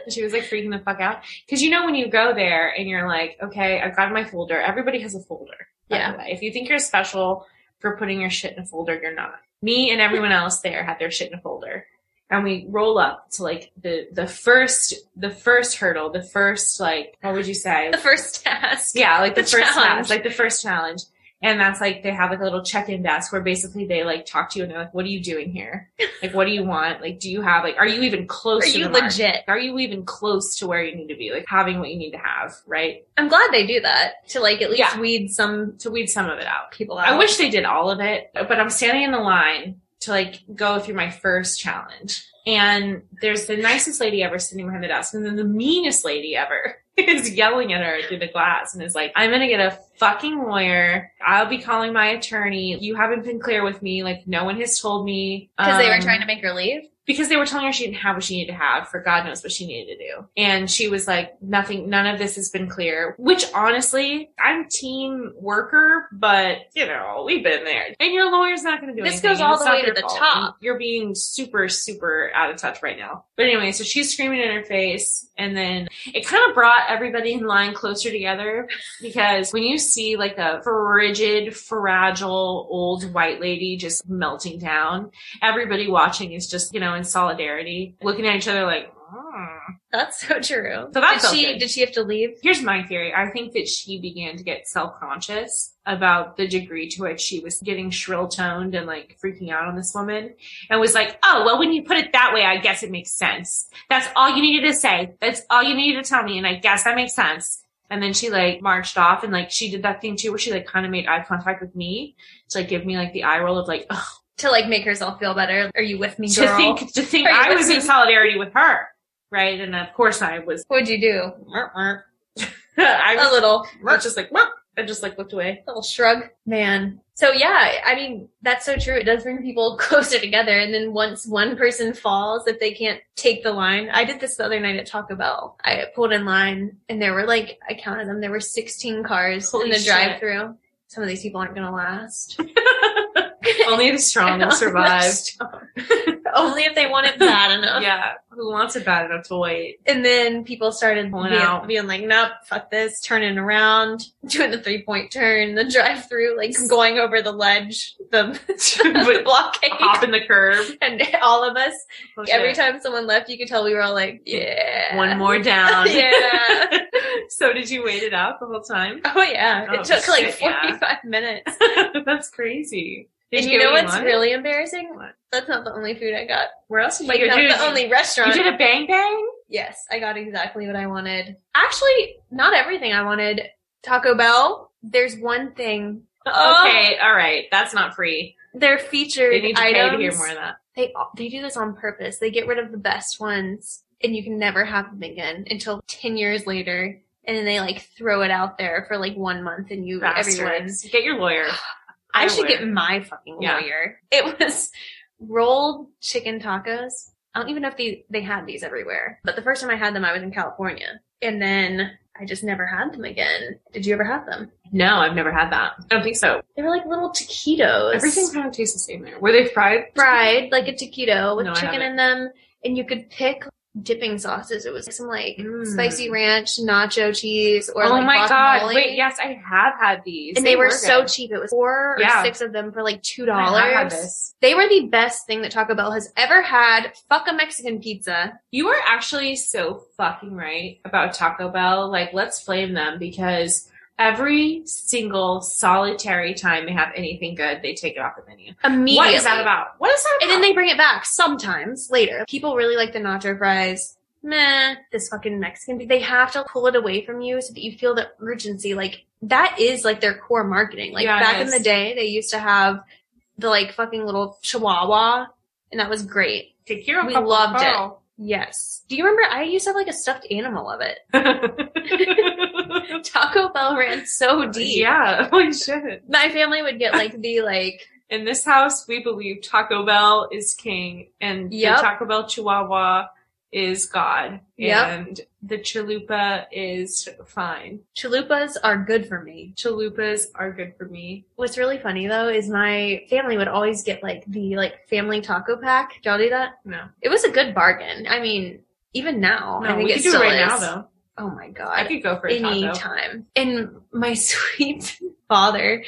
Speaker 1: she was like freaking the fuck out. Cause you know, when you go there and you're like, okay, I've got my folder. Everybody has a folder. by the
Speaker 2: Yeah.
Speaker 1: way. If you think you're special for putting your shit in a folder, you're not. Me and everyone else there had their shit in a folder. And we roll up to like the, the first, the first hurdle, the first, like, what would you say?
Speaker 2: The first task.
Speaker 1: Yeah, like the,
Speaker 2: The
Speaker 1: first
Speaker 2: challenge.
Speaker 1: challenge, like the first challenge. And that's like they have like a little check-in desk where basically they like talk to you and they're like, "What are you doing here? Like, what do you want? Like, do you have like, are you even close?
Speaker 2: Are
Speaker 1: to
Speaker 2: you
Speaker 1: the mark?
Speaker 2: legit?
Speaker 1: Are you even close to where you need to be? Like having what you need to have, right?
Speaker 2: I'm glad they do that to like at least
Speaker 1: Yeah.
Speaker 2: weed some
Speaker 1: To weed some of it out.
Speaker 2: people out.
Speaker 1: I wish they did all of it, but I'm standing in the line to like go through my first challenge. And there's the nicest lady ever sitting behind the desk, and then the meanest lady ever is yelling at her through the glass and is like, I'm gonna get a fucking lawyer. I'll be calling my attorney. You haven't been clear with me. Like, no one has told me.
Speaker 2: because they were
Speaker 1: Um,
Speaker 2: trying to make her leave.
Speaker 1: because they were telling her she didn't have what she needed to have for God knows what she needed to do. And she was like, nothing, none of this has been clear, which honestly, I'm team worker, but you know, we've been there and your lawyer's not going to do
Speaker 2: This
Speaker 1: anything.
Speaker 2: goes all
Speaker 1: It's
Speaker 2: the
Speaker 1: not
Speaker 2: way to
Speaker 1: their
Speaker 2: the top.
Speaker 1: You're being super, super out of touch right now. But anyway, so she's screaming in her face and then it kind of brought everybody in line closer together because when you see like a frigid, fragile old white lady just melting down, everybody watching is just, you know, in solidarity, looking at each other like, "Mm."
Speaker 2: That's so true.
Speaker 1: So that
Speaker 2: did
Speaker 1: felt
Speaker 2: she
Speaker 1: good.
Speaker 2: did she have to leave?
Speaker 1: here's my theory. I think that she began to get self-conscious about the degree to which she was getting shrill toned and like freaking out on this woman and was like, Oh, well, when you put it that way, I guess it makes sense. That's all you needed to say. That's all you needed to tell me. And I guess that makes sense. And then she like marched off and like she did that thing too where she like kind of made eye contact with me to like give me like the eye roll of like, "Ugh,"
Speaker 2: To like make herself feel better. Are you with me, girl?
Speaker 1: to think, to think
Speaker 2: Are you
Speaker 1: I was in
Speaker 2: listening?
Speaker 1: solidarity with her. Right. And of course I was,
Speaker 2: What'd you do?
Speaker 1: I
Speaker 2: A
Speaker 1: was
Speaker 2: little
Speaker 1: I was just like, well, I just like looked away.
Speaker 2: little shrug. Man. So yeah, I mean, that's so true. It does bring people closer together. And then once one person falls, if they can't take the line, I did this the other night at Taco Bell. I pulled in line and there were like, I counted them, there were 16 cars
Speaker 1: Holy
Speaker 2: in the
Speaker 1: shit.
Speaker 2: drive through. Some of these people aren't going to last.
Speaker 1: Only the strong will survive.
Speaker 2: Only if they want it bad enough.
Speaker 1: yeah, who wants it bad enough to wait?
Speaker 2: And then people started
Speaker 1: Pulling
Speaker 2: being,
Speaker 1: out.
Speaker 2: being like, nope, fuck this, turning around, doing the three point turn, the drive through, like going over the ledge, the, the
Speaker 1: but
Speaker 2: blockade,
Speaker 1: hop in the curb.
Speaker 2: and all of us.
Speaker 1: Oh,
Speaker 2: Every
Speaker 1: shit.
Speaker 2: time someone left, you could tell we were all like, yeah.
Speaker 1: One more down.
Speaker 2: yeah.
Speaker 1: so did you wait it out the whole time?
Speaker 2: Oh, yeah.
Speaker 1: Oh,
Speaker 2: it took like
Speaker 1: shit, yeah.
Speaker 2: 45 minutes.
Speaker 1: That's crazy. Did
Speaker 2: and
Speaker 1: get
Speaker 2: you know
Speaker 1: what
Speaker 2: what's
Speaker 1: wanted?
Speaker 2: really embarrassing?
Speaker 1: What?
Speaker 2: That's not the only food I got.
Speaker 1: Where else did
Speaker 2: Like,
Speaker 1: you go?
Speaker 2: not
Speaker 1: Did
Speaker 2: the
Speaker 1: you-
Speaker 2: only restaurant.
Speaker 1: you did a bang bang?
Speaker 2: Yes, I got exactly what I wanted. Actually, not everything I wanted. Taco Bell, there's one thing. Oh.
Speaker 1: Okay, all right. That's not free.
Speaker 2: They're featured
Speaker 1: They need to
Speaker 2: items.
Speaker 1: pay to hear more of that.
Speaker 2: They they do this on purpose. They get rid of the best ones and you can never have them again until 10 years later and then they like throw it out there for like 1 month and you everyone
Speaker 1: Bastards. Get your lawyer.
Speaker 2: I should
Speaker 1: Lawyer.
Speaker 2: get my fucking
Speaker 1: Yeah.
Speaker 2: lawyer. It was rolled chicken tacos. I don't even know if they, they had these everywhere, but the first time I had them, I was in California. And then I just never had them again. Did you ever have them?
Speaker 1: No, I've never had that. I don't think so.
Speaker 2: They were like little taquitos.
Speaker 1: Everything kind of tastes the same there. Were they fried?
Speaker 2: fried, like a taquito with
Speaker 1: No, I
Speaker 2: chicken
Speaker 1: haven't.
Speaker 2: in them. And you could pick dipping sauces. It was some like
Speaker 1: Mm.
Speaker 2: spicy ranch, nacho cheese, or
Speaker 1: oh
Speaker 2: like
Speaker 1: my god!
Speaker 2: guacamole.
Speaker 1: Wait, yes, I have had these,
Speaker 2: And they were so
Speaker 1: good.
Speaker 2: cheap. It was four or
Speaker 1: Yeah.
Speaker 2: six of them for like two
Speaker 1: I have had
Speaker 2: dollars.
Speaker 1: this.
Speaker 2: They were the best thing that Taco Bell has ever had. Fuck a Mexican pizza.
Speaker 1: You are actually so fucking right about Taco Bell. Like, let's flame them because every single solitary time they have anything good, they take it off the menu.
Speaker 2: Immediately.
Speaker 1: What is that about? What is that?
Speaker 2: And then
Speaker 1: about?
Speaker 2: they bring it back sometimes later. People really like the nacho fries. Meh, this fucking Mexican. They have to pull it away from you so that you feel the urgency. Like that is like their core marketing. Like
Speaker 1: Yeah, it
Speaker 2: back in
Speaker 1: is.
Speaker 2: the day, they used to have the like fucking little chihuahua, and that was great.
Speaker 1: Take care of
Speaker 2: we
Speaker 1: Taco
Speaker 2: loved it.
Speaker 1: Bell.
Speaker 2: Yes. Do you remember? I used to have like a stuffed animal of it.
Speaker 1: yeah.
Speaker 2: Taco Bell ran so deep.
Speaker 1: Holy shit.
Speaker 2: My family would get like the like
Speaker 1: In this house, we believe Taco Bell is king and
Speaker 2: Yep.
Speaker 1: the Taco Bell Chihuahua is God.
Speaker 2: Yep.
Speaker 1: And the chalupa is fine.
Speaker 2: chalupas are good for me.
Speaker 1: Chalupas are good for me.
Speaker 2: What's really funny though is my family would always get like the like family taco pack. Y'all do that?
Speaker 1: No.
Speaker 2: It was a good bargain. I mean, even now,
Speaker 1: No,
Speaker 2: I think
Speaker 1: we
Speaker 2: it
Speaker 1: could do it
Speaker 2: still
Speaker 1: right now
Speaker 2: is.
Speaker 1: though.
Speaker 2: Oh my
Speaker 1: I
Speaker 2: god!
Speaker 1: could go for a
Speaker 2: Any
Speaker 1: taco.
Speaker 2: time. And my sweet father,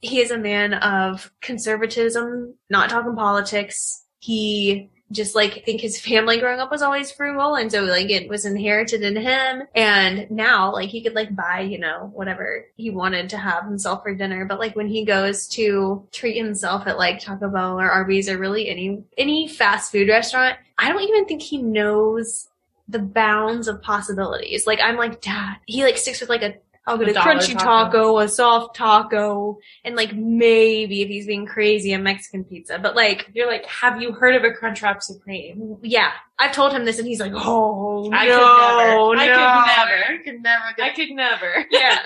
Speaker 2: he is a man of conservatism, not talking politics. He just like I think his family growing up was always frugal and so like it was inherited in him and now like he could like buy you know whatever he wanted to have himself for dinner but like when he goes to treat himself at like Taco Bell or Arby's or really any any fast food restaurant I don't even think he knows the bounds of possibilities like I'm like dad he like sticks with like a I'll get
Speaker 1: A
Speaker 2: a,
Speaker 1: dollar
Speaker 2: crunchy
Speaker 1: taco.
Speaker 2: taco, a soft taco, and like maybe if he's being crazy, a Mexican pizza. But like
Speaker 1: You're like, have you heard of a Crunchwrap Supreme?
Speaker 2: yeah, I've told him this, and he's like, "Oh,
Speaker 1: I
Speaker 2: no,
Speaker 1: could never.
Speaker 2: no,
Speaker 1: I
Speaker 2: I could never,
Speaker 1: I could never.
Speaker 2: yeah."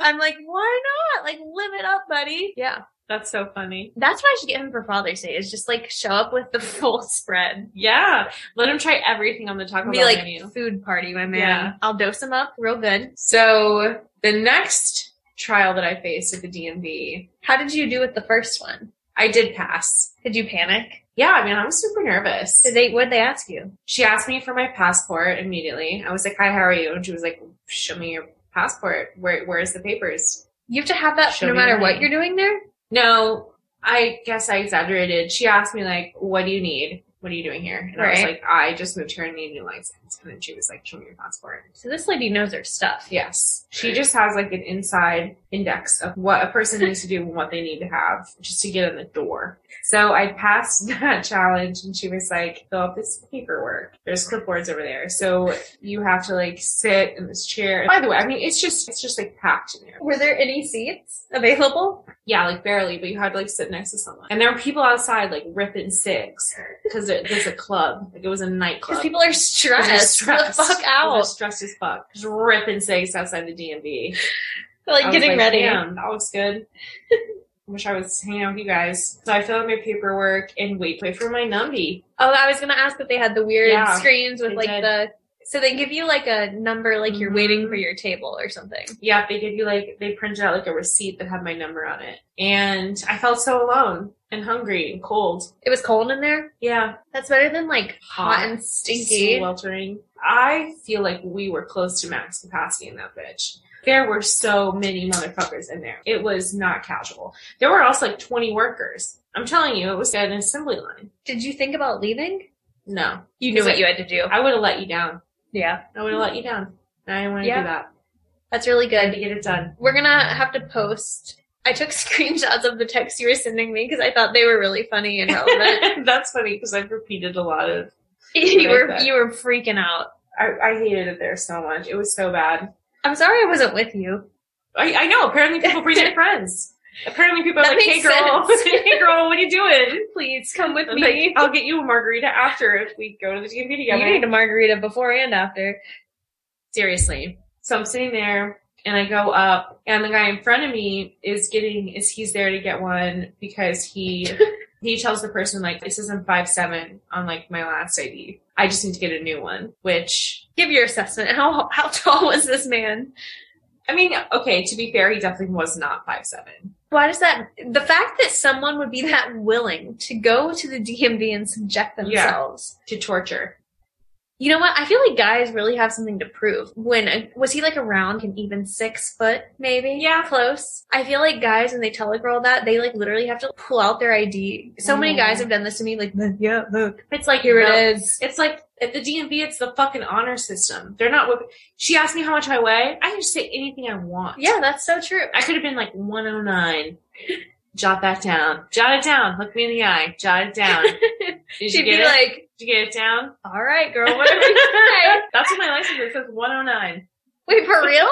Speaker 2: I'm like, "Why not? Like, live it up, buddy." Yeah,
Speaker 1: That's so funny.
Speaker 2: that's what I should get him for Father's Day. Is just like show up with the full spread,
Speaker 1: Yeah. Let him try everything on the Taco
Speaker 2: be
Speaker 1: Bell
Speaker 2: like
Speaker 1: menu.
Speaker 2: food party, my man.
Speaker 1: Yeah.
Speaker 2: I'll dose him up real good.
Speaker 1: So the next trial that I faced at the DMV,
Speaker 2: How did you do with the first one?
Speaker 1: I did pass.
Speaker 2: Did you panic?
Speaker 1: Yeah, I mean, I was super nervous.
Speaker 2: Did they? What they ask you?
Speaker 1: She asked me for my passport immediately. I was like, "Hi, how are you?" And she was like, "Show me your passport. Where Where's the papers?"
Speaker 2: You have to have that
Speaker 1: Show
Speaker 2: no
Speaker 1: me
Speaker 2: matter
Speaker 1: your
Speaker 2: what
Speaker 1: name.
Speaker 2: you're doing there.
Speaker 1: No, I guess I exaggerated. She asked me like, "What do you need? What are you doing here?" And I was
Speaker 2: Right.
Speaker 1: like, "I just moved here and need a new license." And then she was like, "Show me your passport."
Speaker 2: So this lady knows her stuff.
Speaker 1: Yes. She just has like an inside index of what a person needs to do and what they need to have just to get in the door. So I passed that challenge and she was like, fill out this paperwork. There's clipboards over there. So you have to like sit in this chair. By the way, I mean, it's just, it's just like packed in there.
Speaker 2: Were there any seats available?
Speaker 1: Yeah, like barely, but you had to like sit next to someone. And there were people outside like ripping cigs because there's a club. Like it was a
Speaker 2: Because
Speaker 1: nightclub.
Speaker 2: people are
Speaker 1: Because they're
Speaker 2: stressed, the fuck
Speaker 1: People are
Speaker 2: out.
Speaker 1: Stressed as fuck. Just ripping cigs outside the DMV.
Speaker 2: They're, like
Speaker 1: I was
Speaker 2: getting ready.
Speaker 1: Damn, that looks good. Wish I was hanging out with you guys. So I fill out my paperwork and wait, wait for my numby.
Speaker 2: Oh, I was gonna ask if they had the weird
Speaker 1: Yeah,
Speaker 2: screens with
Speaker 1: they
Speaker 2: like
Speaker 1: did.
Speaker 2: the. So they give you like a number, like you're
Speaker 1: Mhm.
Speaker 2: waiting for your table or something.
Speaker 1: Yeah, they give you like they printed out like a receipt that had my number on it, and I felt so alone and hungry and cold.
Speaker 2: It was cold in there.
Speaker 1: Yeah,
Speaker 2: That's better than like hot,
Speaker 1: Hot.
Speaker 2: and stinky.
Speaker 1: sweltering. I feel like we were close to max capacity in that bitch. There were so many motherfuckers in there. It was not casual. There were also like 20 workers. I'm telling you, it was an assembly line.
Speaker 2: Did you think about leaving?
Speaker 1: No,
Speaker 2: You knew
Speaker 1: Is
Speaker 2: what
Speaker 1: it-
Speaker 2: you had to do.
Speaker 1: I would have let you down.
Speaker 2: Yeah,
Speaker 1: I would have let you down. And I didn't want to
Speaker 2: Yeah.
Speaker 1: do that.
Speaker 2: that's really
Speaker 1: I had to
Speaker 2: good.
Speaker 1: get it done.
Speaker 2: We're gonna have to post. I took screenshots of the texts you were sending me because I thought they were really funny and relevant.
Speaker 1: That's funny because I've repeated a lot of. Right
Speaker 2: you were
Speaker 1: back.
Speaker 2: you were freaking out.
Speaker 1: I, I hated it there so much. It was so bad.
Speaker 2: I'm sorry I wasn't with you.
Speaker 1: I, I know. Apparently, people bring their friends. Apparently, people are
Speaker 2: That
Speaker 1: like, "Hey,
Speaker 2: makes
Speaker 1: girl,
Speaker 2: sense.
Speaker 1: hey, girl, what are you doing?"
Speaker 2: Please come with
Speaker 1: I'm
Speaker 2: me.
Speaker 1: like, I'll get you a margarita after if we go to the DMV together.
Speaker 2: You need a margarita before and after.
Speaker 1: seriously. So I'm sitting there and I go up and the guy in front of me is getting is he's there to get one because he he tells the person like this isn't five seven on like my last ID. I just need to get a new one. Which
Speaker 2: Give your assessment. How how tall was this man?
Speaker 1: I mean, okay, to be fair, he definitely was not five seven.
Speaker 2: Why does that? The fact that someone would be that willing to go to the DMV and subject
Speaker 1: Yeah.
Speaker 2: themselves
Speaker 1: To torture.
Speaker 2: You know what? I feel like guys really have something to prove. When was he like around an even six foot, maybe?
Speaker 1: Yeah.
Speaker 2: close. I feel like guys when they tell a girl that they like literally have to pull out their ID. So many
Speaker 1: Mm.
Speaker 2: guys have done this to me. Like, "Look, yeah, look,
Speaker 1: It's like
Speaker 2: here
Speaker 1: no.
Speaker 2: it is.
Speaker 1: It's like at the DMV, it's the fucking honor system. They're not. Whip- she asked me how much I weigh. I can just say anything I want.
Speaker 2: Yeah, that's so true.
Speaker 1: I could have been like 109. Jot that down. Jot it down. Look me in the eye. Jot it down. Did you
Speaker 2: She'd
Speaker 1: get
Speaker 2: be
Speaker 1: it?
Speaker 2: like,
Speaker 1: Did you get it down?
Speaker 2: "All right, girl, whatever you say."
Speaker 1: That's what my license is. It says 109.
Speaker 2: Wait, for real?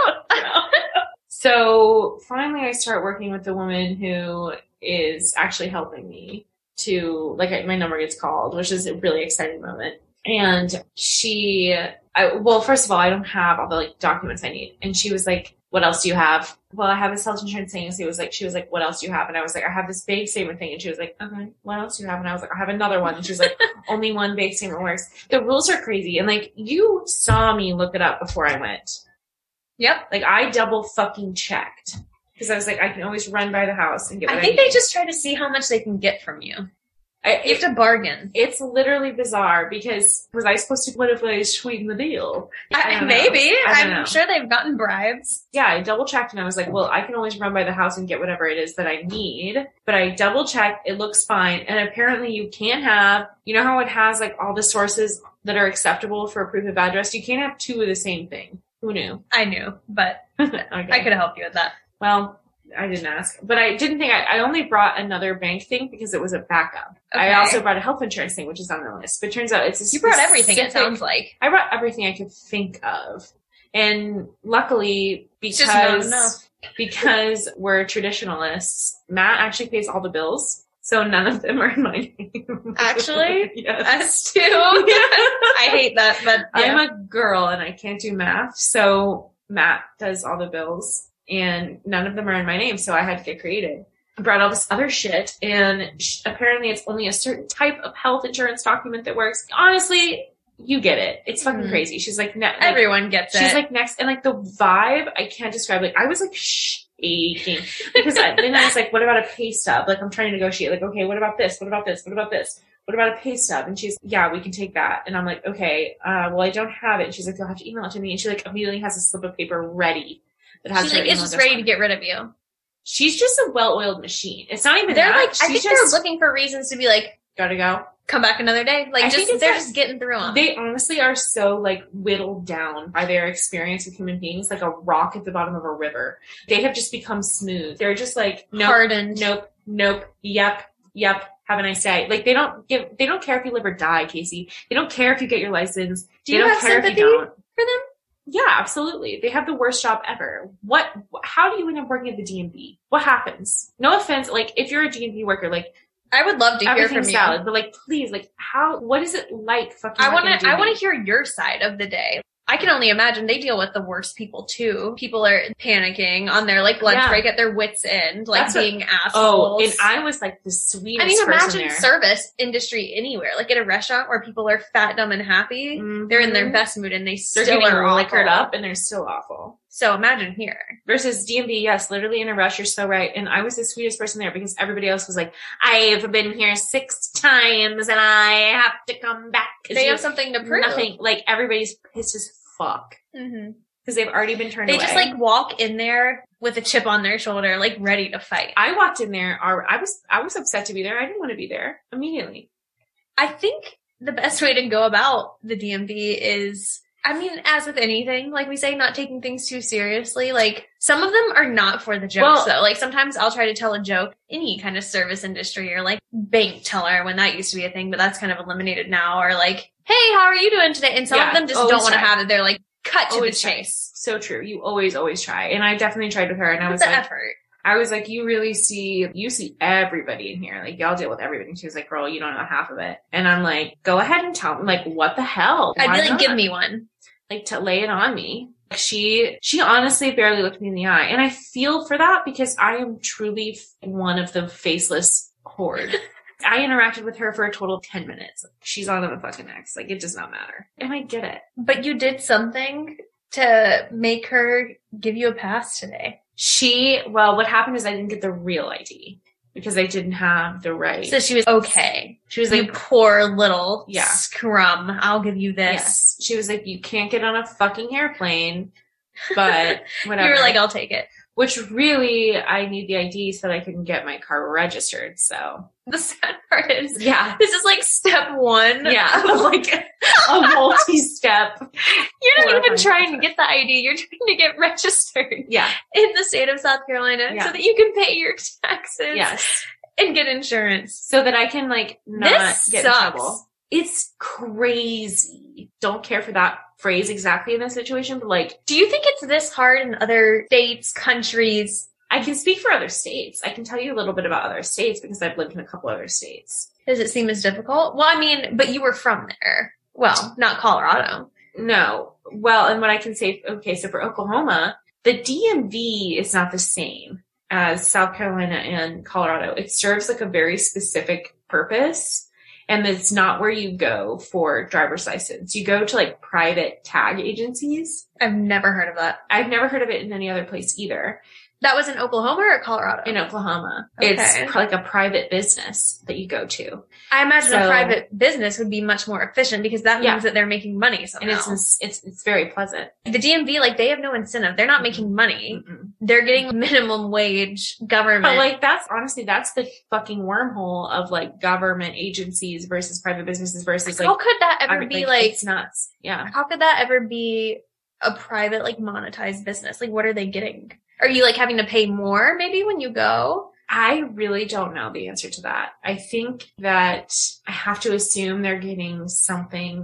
Speaker 1: so finally I start working with the woman who is actually helping me to like I- my number gets called, which is a really exciting moment. And she, I, well, first of all, I don't have all the like documents I need. And she was like, "What else do you have?" Well, I have this health insurance thing. And she was like, "She was like, what else do you have?" And I was like, "I have this bank statement thing." And she was like, "Okay, what else do you have?" And I was like, "I have another one." And she was like, "Only one bank statement works." The rules are crazy. And like you saw me look it up before I went.
Speaker 2: Yep.
Speaker 1: Like I double fucking checked because I was like, I can always run by the house and get. What
Speaker 2: I
Speaker 1: I,
Speaker 2: think
Speaker 1: need.
Speaker 2: they just try to see how much they can get from you.
Speaker 1: I,
Speaker 2: You
Speaker 1: it,
Speaker 2: have to bargain.
Speaker 1: it's literally bizarre because was I supposed to what if I sweeten the deal? I
Speaker 2: I,
Speaker 1: don't know.
Speaker 2: maybe.
Speaker 1: I don't
Speaker 2: I'm
Speaker 1: know.
Speaker 2: sure they've gotten bribes.
Speaker 1: Yeah, I double checked and I was like, well, I can always run by the house and get whatever it is that I need. But I double checked; it looks fine. And apparently, you can have. You know how it has like all the sources that are acceptable for proof of address. You can't have two of the same thing. Who knew?
Speaker 2: I knew, but
Speaker 1: Okay.
Speaker 2: I could help you with that.
Speaker 1: Well, I didn't ask, but I didn't think I, I only brought another bank thing because it was a backup.
Speaker 2: Okay.
Speaker 1: I also brought a health insurance thing, which is on the list. But turns out it's a
Speaker 2: you brought everything. It
Speaker 1: specific-
Speaker 2: sounds like
Speaker 1: I brought everything I could think of, and luckily
Speaker 2: It's just not
Speaker 1: because because we're traditionalists, Matt actually pays all the bills, so none of them are in my name.
Speaker 2: Actually?
Speaker 1: yes.
Speaker 2: us too. I hate that, but yeah.
Speaker 1: I'm a girl and I can't do math, so Matt does all the bills, and none of them are in my name, so I had to get creative. I brought all this other shit, and sh- apparently it's only a certain type of health insurance document that works. Honestly, you get it. It's fucking
Speaker 2: Mhm.
Speaker 1: crazy. She's like, ne- like,
Speaker 2: everyone gets it.
Speaker 1: she's like next, and like the vibe I can't describe. Like I was like shaking because I, then I was like, what about a pay stub? Like I'm trying to negotiate. Like okay, what about this? What about this? What about this? What about a pay stub? And she's yeah, we can take that. And I'm like okay, uh, well I don't have it. And she's like you'll have to email it to me. And she like immediately has a slip of paper ready that has
Speaker 2: She's
Speaker 1: her
Speaker 2: like, it's
Speaker 1: email
Speaker 2: just
Speaker 1: address
Speaker 2: ready
Speaker 1: on
Speaker 2: to
Speaker 1: it.
Speaker 2: get rid of you.
Speaker 1: She's just a well-oiled machine. It's not even.
Speaker 2: They're
Speaker 1: that.
Speaker 2: like, I
Speaker 1: She's
Speaker 2: think
Speaker 1: just
Speaker 2: they're looking for reasons to be like,
Speaker 1: gotta go.
Speaker 2: come back another day. Like,
Speaker 1: I think
Speaker 2: just
Speaker 1: it's
Speaker 2: they're
Speaker 1: that-
Speaker 2: just getting through them.
Speaker 1: They honestly are so like whittled down by their experience with human beings, like a rock at the bottom of a river. They have just become smooth. They're just like nope,
Speaker 2: Hardened.
Speaker 1: nope, nope, yep, yep. Have a nice day. Like they don't give. They don't care if you live or die, Casey. They don't care if you get your license. they
Speaker 2: Do you
Speaker 1: don't
Speaker 2: have
Speaker 1: care if
Speaker 2: sympathy
Speaker 1: you don't.
Speaker 2: for them?
Speaker 1: Yeah, absolutely. They have the worst job ever. What? How do you end up working at the DMV? What happens? No offense. Like if you're a DMV worker, like
Speaker 2: I would love to hear from
Speaker 1: everything's
Speaker 2: you.
Speaker 1: valid, but like please, like how? What is it like? Fucking.
Speaker 2: I
Speaker 1: working
Speaker 2: want
Speaker 1: at
Speaker 2: to. I
Speaker 1: DMV?
Speaker 2: want to hear your side of the day. I can only imagine they deal with the worst people too. People are panicking on their like lunch
Speaker 1: Yeah.
Speaker 2: break at their wits end, like
Speaker 1: That's what-
Speaker 2: being
Speaker 1: Oh,
Speaker 2: assholes.
Speaker 1: and I was like the sweetest.
Speaker 2: I mean,
Speaker 1: person
Speaker 2: imagine
Speaker 1: there.
Speaker 2: service industry anywhere, like at a restaurant where people are fat, dumb, and happy.
Speaker 1: Mhm.
Speaker 2: They're in their best mood and they
Speaker 1: They're
Speaker 2: still
Speaker 1: getting
Speaker 2: are
Speaker 1: liquored
Speaker 2: awful.
Speaker 1: up, and they're still awful.
Speaker 2: So imagine here.
Speaker 1: Versus DMV, yes, literally in a rush. You're so right. And I was the sweetest person there because everybody else was like, "I've been here six times, and I have to come back." 'cause
Speaker 2: They
Speaker 1: you
Speaker 2: have something to prove.
Speaker 1: Nothing. Like everybody's pissed as fuck
Speaker 2: hmm
Speaker 1: because they've already been turned.
Speaker 2: They
Speaker 1: away.
Speaker 2: just like walk in there with a chip on their shoulder, like ready to fight.
Speaker 1: I walked in there. ar- I was I was upset to be there. I didn't want to be there immediately.
Speaker 2: I think the best way to go about the DMV is, I mean, as with anything, like we say, not taking things too seriously. Like some of them are not for the
Speaker 1: Well-
Speaker 2: jokes though. Like sometimes I'll try to tell a joke, any kind of service industry or like bank teller when that used to be a thing, but that's kind of eliminated now. Or like, hey, how are you doing today? And some
Speaker 1: Yeah,
Speaker 2: of them just
Speaker 1: always
Speaker 2: don't want to
Speaker 1: try.
Speaker 2: have it. They're like, cut to
Speaker 1: Always
Speaker 2: the
Speaker 1: try.
Speaker 2: chase.
Speaker 1: So true. You always always try, and I definitely tried with her. And I
Speaker 2: What's
Speaker 1: was
Speaker 2: the
Speaker 1: like,
Speaker 2: effort?
Speaker 1: I was like, you really see, you see everybody in here. Like, y'all deal with everything. She was like, girl, you don't know half of it. And I'm like, go ahead and tell me, like, what the hell?
Speaker 2: I'd
Speaker 1: Why
Speaker 2: be like,
Speaker 1: not?
Speaker 2: give me one.
Speaker 1: like, to lay it on me. She, she honestly barely looked me in the eye. And I feel for that because I am truly one of the faceless horde. I interacted with her for a total of 10 minutes. She's on to the fucking next. Like, it does not matter. And I get it.
Speaker 2: But you did something to make her give you a pass today.
Speaker 1: She, well, what happened is I didn't get the real ID. because they didn't have the right.
Speaker 2: So she was okay.
Speaker 1: she was
Speaker 2: you
Speaker 1: like,
Speaker 2: poor little
Speaker 1: Yeah.
Speaker 2: scrum. I'll give you this.
Speaker 1: yes. She was like, you can't get on a fucking airplane, but whatever.
Speaker 2: You were like, I'll take it.
Speaker 1: which really, I need the ID so that I can get my car registered. So
Speaker 2: The sad part is
Speaker 1: yeah,
Speaker 2: this is like step one.
Speaker 1: Yeah.
Speaker 2: of, like
Speaker 1: a multi-step.
Speaker 2: you're not even
Speaker 1: Horrifying
Speaker 2: trying to get the ID. You're trying to get registered
Speaker 1: Yeah.
Speaker 2: in the state of South Carolina
Speaker 1: Yeah.
Speaker 2: so that you can pay your taxes
Speaker 1: Yes.
Speaker 2: and get insurance.
Speaker 1: So that I can like not
Speaker 2: This
Speaker 1: get
Speaker 2: sucks.
Speaker 1: in trouble. It's crazy. Don't care for that phrase exactly in this situation, but like
Speaker 2: Do you think it's this hard in other states, countries?
Speaker 1: I can speak for other states. I can tell you a little bit about other states because I've lived in a couple other states.
Speaker 2: Does it seem as difficult? Well, I mean, but you were from there. Well, not Colorado.
Speaker 1: No. Well, and what I can say, okay, so for Oklahoma, the DMV is not the same as South Carolina and Colorado. It serves like a very specific purpose and it's not where you go for driver's license. You go to like private tag agencies.
Speaker 2: I've never heard of that.
Speaker 1: I've never heard of it in any other place either
Speaker 2: That was in Oklahoma or Colorado?
Speaker 1: in Oklahoma.
Speaker 2: Okay.
Speaker 1: It's like a private business that you go to.
Speaker 2: I imagine a
Speaker 1: So-
Speaker 2: private business would be much more efficient because that means
Speaker 1: Yeah.
Speaker 2: that they're making money somehow.
Speaker 1: And it's, it's, it's very pleasant.
Speaker 2: the DMV, like they have no incentive. They're not making money.
Speaker 1: Mm-mm.
Speaker 2: They're getting minimum wage government.
Speaker 1: But like that's honestly that's the fucking wormhole of like government agencies versus private businesses versus like
Speaker 2: how could that ever
Speaker 1: private-
Speaker 2: be like,
Speaker 1: it's nuts. Yeah.
Speaker 2: how could that ever be a private like monetized business? Like what are they getting? Are you like having to pay more maybe when you go?
Speaker 1: I really don't know the answer to that. I think that I have to assume they're getting something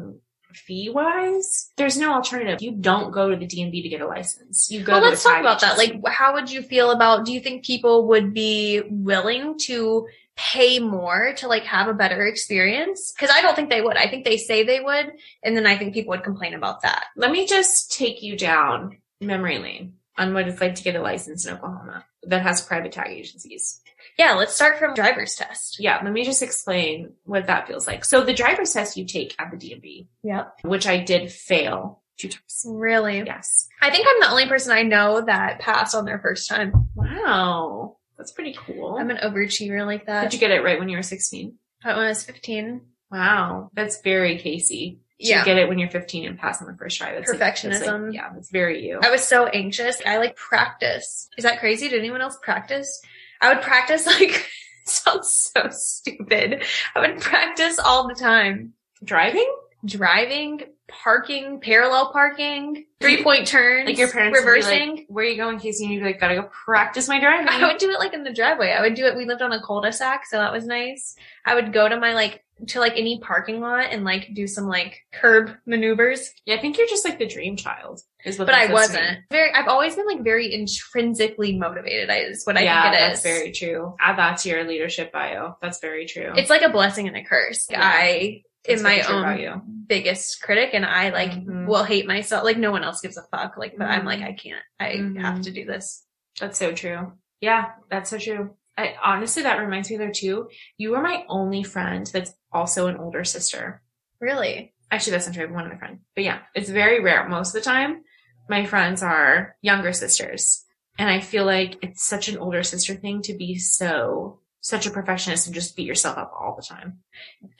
Speaker 1: fee wise. There's no alternative. You don't go to the DMV to get a license. You go
Speaker 2: well,
Speaker 1: to
Speaker 2: let's
Speaker 1: a
Speaker 2: talk
Speaker 1: tag
Speaker 2: about that.
Speaker 1: agency.
Speaker 2: Like how would you feel about do you think people would be willing to pay more to like have a better experience? Cuz I don't think they would. I think they say they would and then I think people would complain about that.
Speaker 1: let me just take you down memory lane on what it's like to get a license in Oklahoma that has private tag agencies.
Speaker 2: Yeah, let's start from driver's test.
Speaker 1: Yeah, let me just explain what that feels like. So the driver's test you take at the DMV,
Speaker 2: Yep.
Speaker 1: which I did fail two times.
Speaker 2: Really?
Speaker 1: Yes.
Speaker 2: I think I'm the only person I know that passed on their first time.
Speaker 1: Wow, that's pretty cool.
Speaker 2: I'm an overachiever like that.
Speaker 1: did you get it right when you were 16?
Speaker 2: But when I was 15,
Speaker 1: Wow, that's very Casey. to
Speaker 2: Yeah.
Speaker 1: get it when you're 15 and pass on the first try. That's like- that's like-
Speaker 2: Perfectionism.
Speaker 1: yeah, that's very you.
Speaker 2: I was so anxious. I like practice. Is that crazy? Did anyone else practice? I would practice like, sounds so stupid. I would practice all the time.
Speaker 1: Driving?
Speaker 2: Driving, parking, parallel parking, three point turns,
Speaker 1: Like your parents would be like,
Speaker 2: reversing.
Speaker 1: Where are you going, Casey? And you'd be like, gotta go practice my driving.
Speaker 2: I would do it like in the driveway. I would do it. We lived on a cul-de-sac, so that was nice. I would go to my like to like any parking lot and like do some like curb maneuvers.
Speaker 1: yeah, I think you're just like the dream child. Is what
Speaker 2: But
Speaker 1: that
Speaker 2: I
Speaker 1: says to
Speaker 2: wasn't
Speaker 1: me.
Speaker 2: very. I've always been like very intrinsically motivated. I Is what I
Speaker 1: yeah,
Speaker 2: think it
Speaker 1: that's
Speaker 2: is.
Speaker 1: very true. Add that to your leadership bio. That's very true.
Speaker 2: It's like a blessing and a curse.
Speaker 1: Yeah.
Speaker 2: I
Speaker 1: That's
Speaker 2: am my
Speaker 1: what it's about you.
Speaker 2: own biggest critic, and I like
Speaker 1: Mhm.
Speaker 2: will hate myself. Like no one else gives a fuck. Like, but I'm
Speaker 1: Mhm.
Speaker 2: like I can't. I
Speaker 1: Mhm.
Speaker 2: have to do this.
Speaker 1: That's so true. Yeah, that's so true. I, honestly, that reminds me though too. You are my only friend that's also an older sister.
Speaker 2: Really,
Speaker 1: Actually, that's not true. I have one other friend, but yeah, it's very rare. Most of the time, my friends are younger sisters, and I feel like it's such an older sister thing to be so such a perfectionist and just beat yourself up all the time.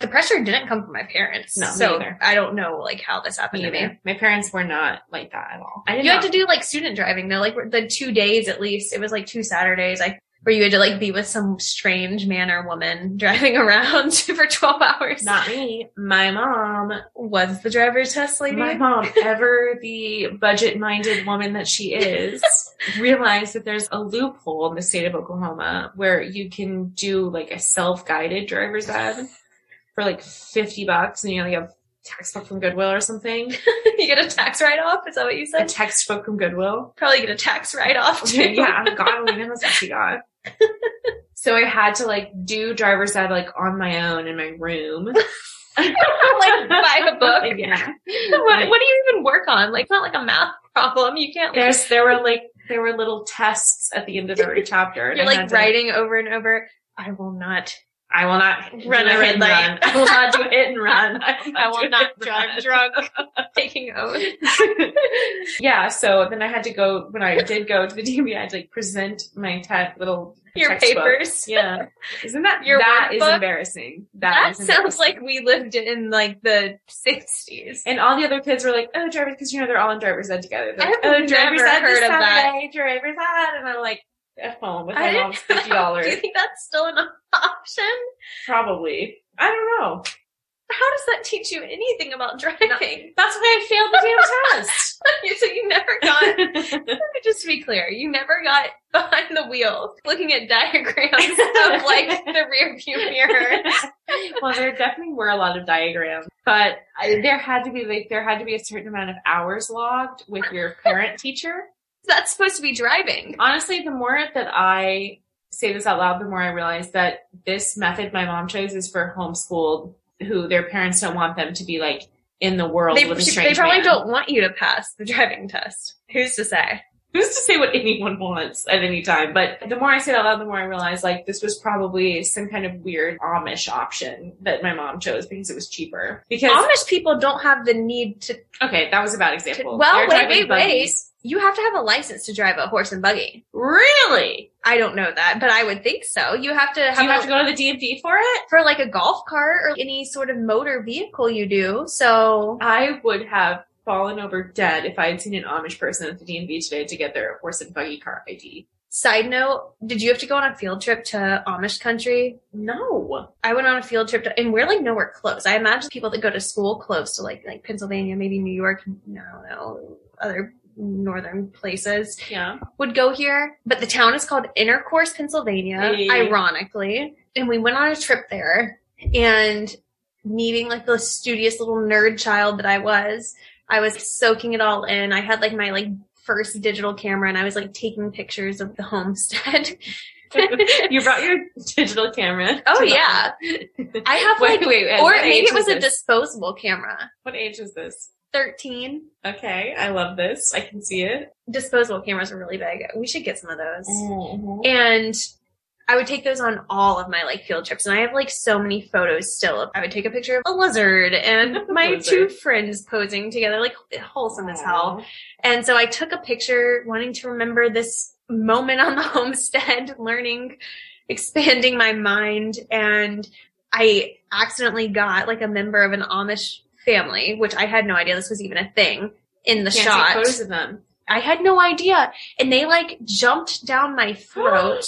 Speaker 2: the pressure didn't come from my parents.
Speaker 1: No, me
Speaker 2: so
Speaker 1: either.
Speaker 2: I don't know like how this happened
Speaker 1: Me
Speaker 2: to me.
Speaker 1: either. My parents were not like that at all. I didn't.
Speaker 2: You had to do like student driving though, like the two days at least. It was like two Saturdays, like where you had to like be with some strange man or woman driving around for twelve hours.
Speaker 1: not me. My mom
Speaker 2: was the driver's test lady.
Speaker 1: My mom, ever the budget minded woman that she is, realized that there's a loophole in the state of Oklahoma where you can do like a self guided driver's ed for like 50 bucks and you only have a textbook from Goodwill or something.
Speaker 2: you get a tax write off. Is that what you
Speaker 1: A
Speaker 2: said?
Speaker 1: textbook from Goodwill.
Speaker 2: Probably get a tax write off too.
Speaker 1: yeah, God only knows what she got. So I had to like do driver's ed like on my own in my room.
Speaker 2: like buy a book.
Speaker 1: Yeah.
Speaker 2: what, what do you even work on? Like it's not like a math problem. You can't. Like,
Speaker 1: There's there were like there were little tests at the end of every chapter. and
Speaker 2: you're
Speaker 1: I
Speaker 2: like
Speaker 1: had to-
Speaker 2: writing over and over. I will not
Speaker 1: I will not
Speaker 2: Run
Speaker 1: do
Speaker 2: a
Speaker 1: hit
Speaker 2: red
Speaker 1: and
Speaker 2: light.
Speaker 1: run. I will not do a hit and run.
Speaker 2: I will
Speaker 1: do a
Speaker 2: not
Speaker 1: hit and
Speaker 2: drive drunk, taking oath.
Speaker 1: run. yeah, so then I had to go when I did go to the DMV. I had to like present my te- little
Speaker 2: Your
Speaker 1: textbook.
Speaker 2: papers.
Speaker 1: Yeah, isn't that
Speaker 2: Your
Speaker 1: that is
Speaker 2: workbook?
Speaker 1: embarrassing.
Speaker 2: That
Speaker 1: is
Speaker 2: sounds
Speaker 1: embarrassing.
Speaker 2: like we lived in like the sixties.
Speaker 1: And all the other kids were like, "Oh, drivers," because you know they're all in driver's ed together. They're
Speaker 2: I've
Speaker 1: like, "Oh, driver's
Speaker 2: never
Speaker 1: ed this
Speaker 2: heard of that.
Speaker 1: Saturday, driver's ed," and I'm like, "F home with
Speaker 2: I
Speaker 1: my
Speaker 2: didn't
Speaker 1: mom's fifty
Speaker 2: Do you
Speaker 1: dollars,
Speaker 2: think that's still an option?
Speaker 1: probably." I don't know.
Speaker 2: How does that teach you anything about driving?
Speaker 1: That's why I failed the damn test.
Speaker 2: so you never got. just to be clear, you never got behind the wheel looking at diagrams of like the rear view mirror.
Speaker 1: well, there definitely were a lot of diagrams, but I- there had to be like there had to be a certain amount of hours logged with your parent teacher.
Speaker 2: That's supposed to be driving.
Speaker 1: Honestly, the more that I say this out loud, the more I realize that this method my mom chose is for homeschooled who their parents don't want them to be like in the world
Speaker 2: They,
Speaker 1: with a
Speaker 2: they
Speaker 1: strange
Speaker 2: probably
Speaker 1: man.
Speaker 2: don't want you to pass the driving test. Who's to say?
Speaker 1: Who's to say what anyone wants at any time? But the more I say it out loud, the more I realize like this was probably some kind of weird Amish option that my mom chose because it was cheaper. Because
Speaker 2: Amish people don't have the need to.
Speaker 1: Okay, that was a bad example.
Speaker 2: Well,
Speaker 1: They're
Speaker 2: wait,
Speaker 1: driving
Speaker 2: wait, wait.
Speaker 1: buggies.
Speaker 2: You have to have a license to drive a horse and buggy.
Speaker 1: Really?
Speaker 2: I don't know that, but I would think so. You have to have,
Speaker 1: Do you
Speaker 2: a-
Speaker 1: have to go to the DMV for it?
Speaker 2: for like a golf cart or any sort of motor vehicle you do. So
Speaker 1: I would have fallen over dead if I had seen an Amish person at the DMV today to get their horse and buggy car ID.
Speaker 2: Side note, did you have to go on a field trip to Amish country?
Speaker 1: No.
Speaker 2: I went on a field trip to, and we're like nowhere close. I imagine people that go to school close to like like Pennsylvania, maybe New York, no, no, other northern places
Speaker 1: Yeah.
Speaker 2: would go here. But the town is called Intercourse, Pennsylvania,
Speaker 1: Hey.
Speaker 2: ironically. And we went on a trip there and meeting like the studious little nerd child that I was, I was soaking it all in. I had like my like first digital camera and I was like taking pictures of the homestead.
Speaker 1: You brought your digital camera.
Speaker 2: oh
Speaker 1: to the-
Speaker 2: yeah. I have
Speaker 1: Wait,
Speaker 2: like
Speaker 1: wait, wait.
Speaker 2: or
Speaker 1: what
Speaker 2: maybe
Speaker 1: age
Speaker 2: it was
Speaker 1: is
Speaker 2: a
Speaker 1: this?
Speaker 2: disposable camera.
Speaker 1: What age is this?
Speaker 2: 13.
Speaker 1: Okay, I love this. I can see it.
Speaker 2: Disposable cameras are really big. We should get some of those. Mm-hmm. And I would take those on all of my like field trips. And I have like so many photos still. I would take a picture of a lizard and my two
Speaker 1: Lizard.
Speaker 2: friends posing together, like wholesome as hell.
Speaker 1: Aw.
Speaker 2: And so I took a picture wanting to remember this moment on the homestead, learning, expanding my mind. And I accidentally got like a member of an Amish family, which I had no idea this was even a thing in the
Speaker 1: Can't
Speaker 2: shot.
Speaker 1: take photos of them.
Speaker 2: I had no idea. And they like jumped down my throat.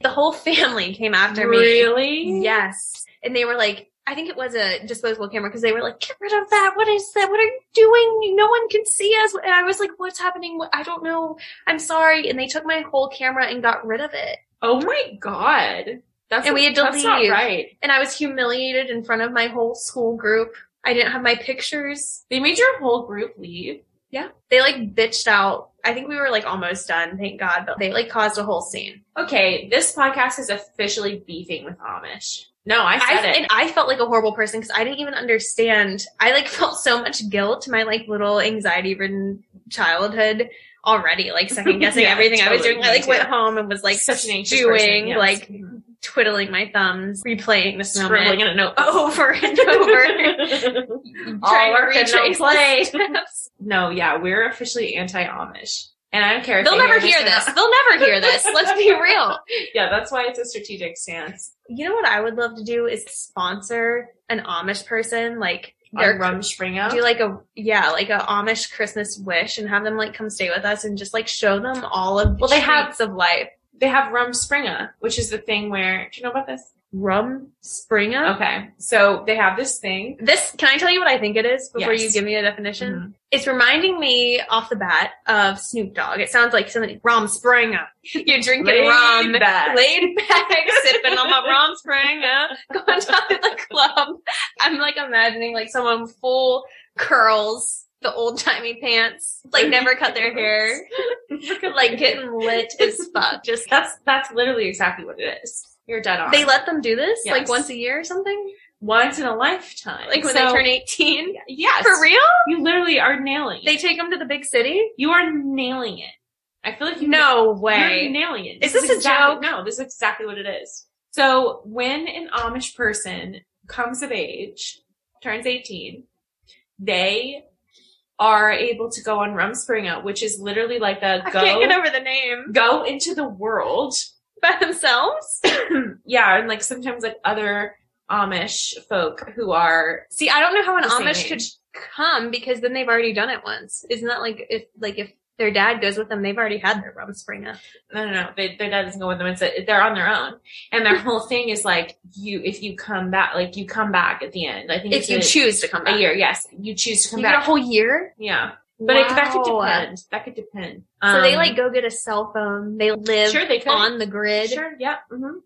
Speaker 2: the whole family came after me.
Speaker 1: really?
Speaker 2: Yes. And they were like, I think it was a disposable camera because they were like, get rid of that. What is that? What are you doing? No one can see us. And I was like, what's happening? What- I don't know. I'm sorry. And they took my whole camera and got rid of it.
Speaker 1: Oh my god. That's
Speaker 2: And we had to
Speaker 1: that's not
Speaker 2: leave.
Speaker 1: right.
Speaker 2: And I was humiliated in front of my whole school group. I didn't have my pictures.
Speaker 1: They made your whole group leave.
Speaker 2: They like bitched out. I think we were like almost done. Thank God. But they like caused a whole scene.
Speaker 1: Okay, this podcast is officially beefing with Amish. No, I
Speaker 2: I,
Speaker 1: said it.
Speaker 2: and I felt like a horrible person because I didn't even understand. I like felt so much guilt, my like little anxiety ridden childhood already, like second guessing
Speaker 1: Yeah,
Speaker 2: everything I was
Speaker 1: totally.
Speaker 2: doing. I like
Speaker 1: Me too.
Speaker 2: went home and was like
Speaker 1: Such an anxious person,
Speaker 2: doing,
Speaker 1: yes.
Speaker 2: like
Speaker 1: Mhm.
Speaker 2: twiddling my thumbs, replaying this
Speaker 1: scribbling
Speaker 2: moment
Speaker 1: in a Oh. note
Speaker 2: over and over,
Speaker 1: All
Speaker 2: trying
Speaker 1: work
Speaker 2: to
Speaker 1: and no
Speaker 2: retrace
Speaker 1: play.
Speaker 2: the steps.
Speaker 1: no, yeah, we're officially anti-Amish, and I don't care. if
Speaker 2: They'll
Speaker 1: they
Speaker 2: never hear
Speaker 1: or
Speaker 2: this.
Speaker 1: not.
Speaker 2: They'll never hear this. Let's be real.
Speaker 1: Yeah, that's why it's a strategic stance.
Speaker 2: You know what I would love to do is sponsor an Amish person, like
Speaker 1: On
Speaker 2: their
Speaker 1: Rum Spring
Speaker 2: do like a yeah like a amish christmas wish and have them like come stay with us and just like show them all of
Speaker 1: Well,
Speaker 2: well
Speaker 1: they
Speaker 2: they
Speaker 1: have-
Speaker 2: of life
Speaker 1: they have Rum Springa, which is the thing where do you know about this?
Speaker 2: rum springer
Speaker 1: Okay, so they have this thing.
Speaker 2: this can i tell you what i think it is before
Speaker 1: Yes. Mm-hmm.
Speaker 2: you give me a definition it's reminding me off the bat of snoop dogg it sounds like something rum springer you're drinking
Speaker 1: Laid
Speaker 2: rum
Speaker 1: back.
Speaker 2: laid back sipping on my rum springer going down to the club i'm like imagining like someone full curls the old timey pants like never cut their hair like getting lit as fuck. Just
Speaker 1: That's that's literally exactly what it is. You're dead on.
Speaker 2: they let them do this
Speaker 1: Yes.
Speaker 2: like once a year or something,
Speaker 1: once in a lifetime.
Speaker 2: like when
Speaker 1: So-
Speaker 2: they turn eighteen.
Speaker 1: yes,
Speaker 2: For real,
Speaker 1: you literally are nailing.
Speaker 2: they
Speaker 1: it.
Speaker 2: take them to the big city.
Speaker 1: you are nailing it. I feel like you
Speaker 2: No
Speaker 1: You're nailing it.
Speaker 2: Is this a
Speaker 1: exactly,
Speaker 2: joke?
Speaker 1: No, this is exactly what it is. So when an Amish person comes of age, turns 18, they are able to go on Rumspringa, which is literally like a
Speaker 2: I can't get
Speaker 1: go,
Speaker 2: over the name.
Speaker 1: go into the world.
Speaker 2: By themselves?
Speaker 1: yeah. And like sometimes like other Amish folk who are,
Speaker 2: See, I don't know how an
Speaker 1: The same
Speaker 2: Amish could
Speaker 1: age.
Speaker 2: come because then they've already done it once. Isn't that like if like if their dad goes with them, they've already had their Rumspringa.
Speaker 1: no, no, no, they, their dad doesn't go with them. It's a, they're on their own. And their
Speaker 2: Hmm.
Speaker 1: whole thing is like, you, if you come back, like you come back at the end. I think
Speaker 2: If you
Speaker 1: it's a-
Speaker 2: choose to come back.
Speaker 1: a year. Yes. You choose to come
Speaker 2: You get a
Speaker 1: back.
Speaker 2: whole year?
Speaker 1: yeah. But it, that could
Speaker 2: Wow.
Speaker 1: depend. That could depend.
Speaker 2: So they
Speaker 1: Um,
Speaker 2: like go get a cell phone. They live
Speaker 1: sure they could
Speaker 2: on the grid.
Speaker 1: Sure, yep. hmm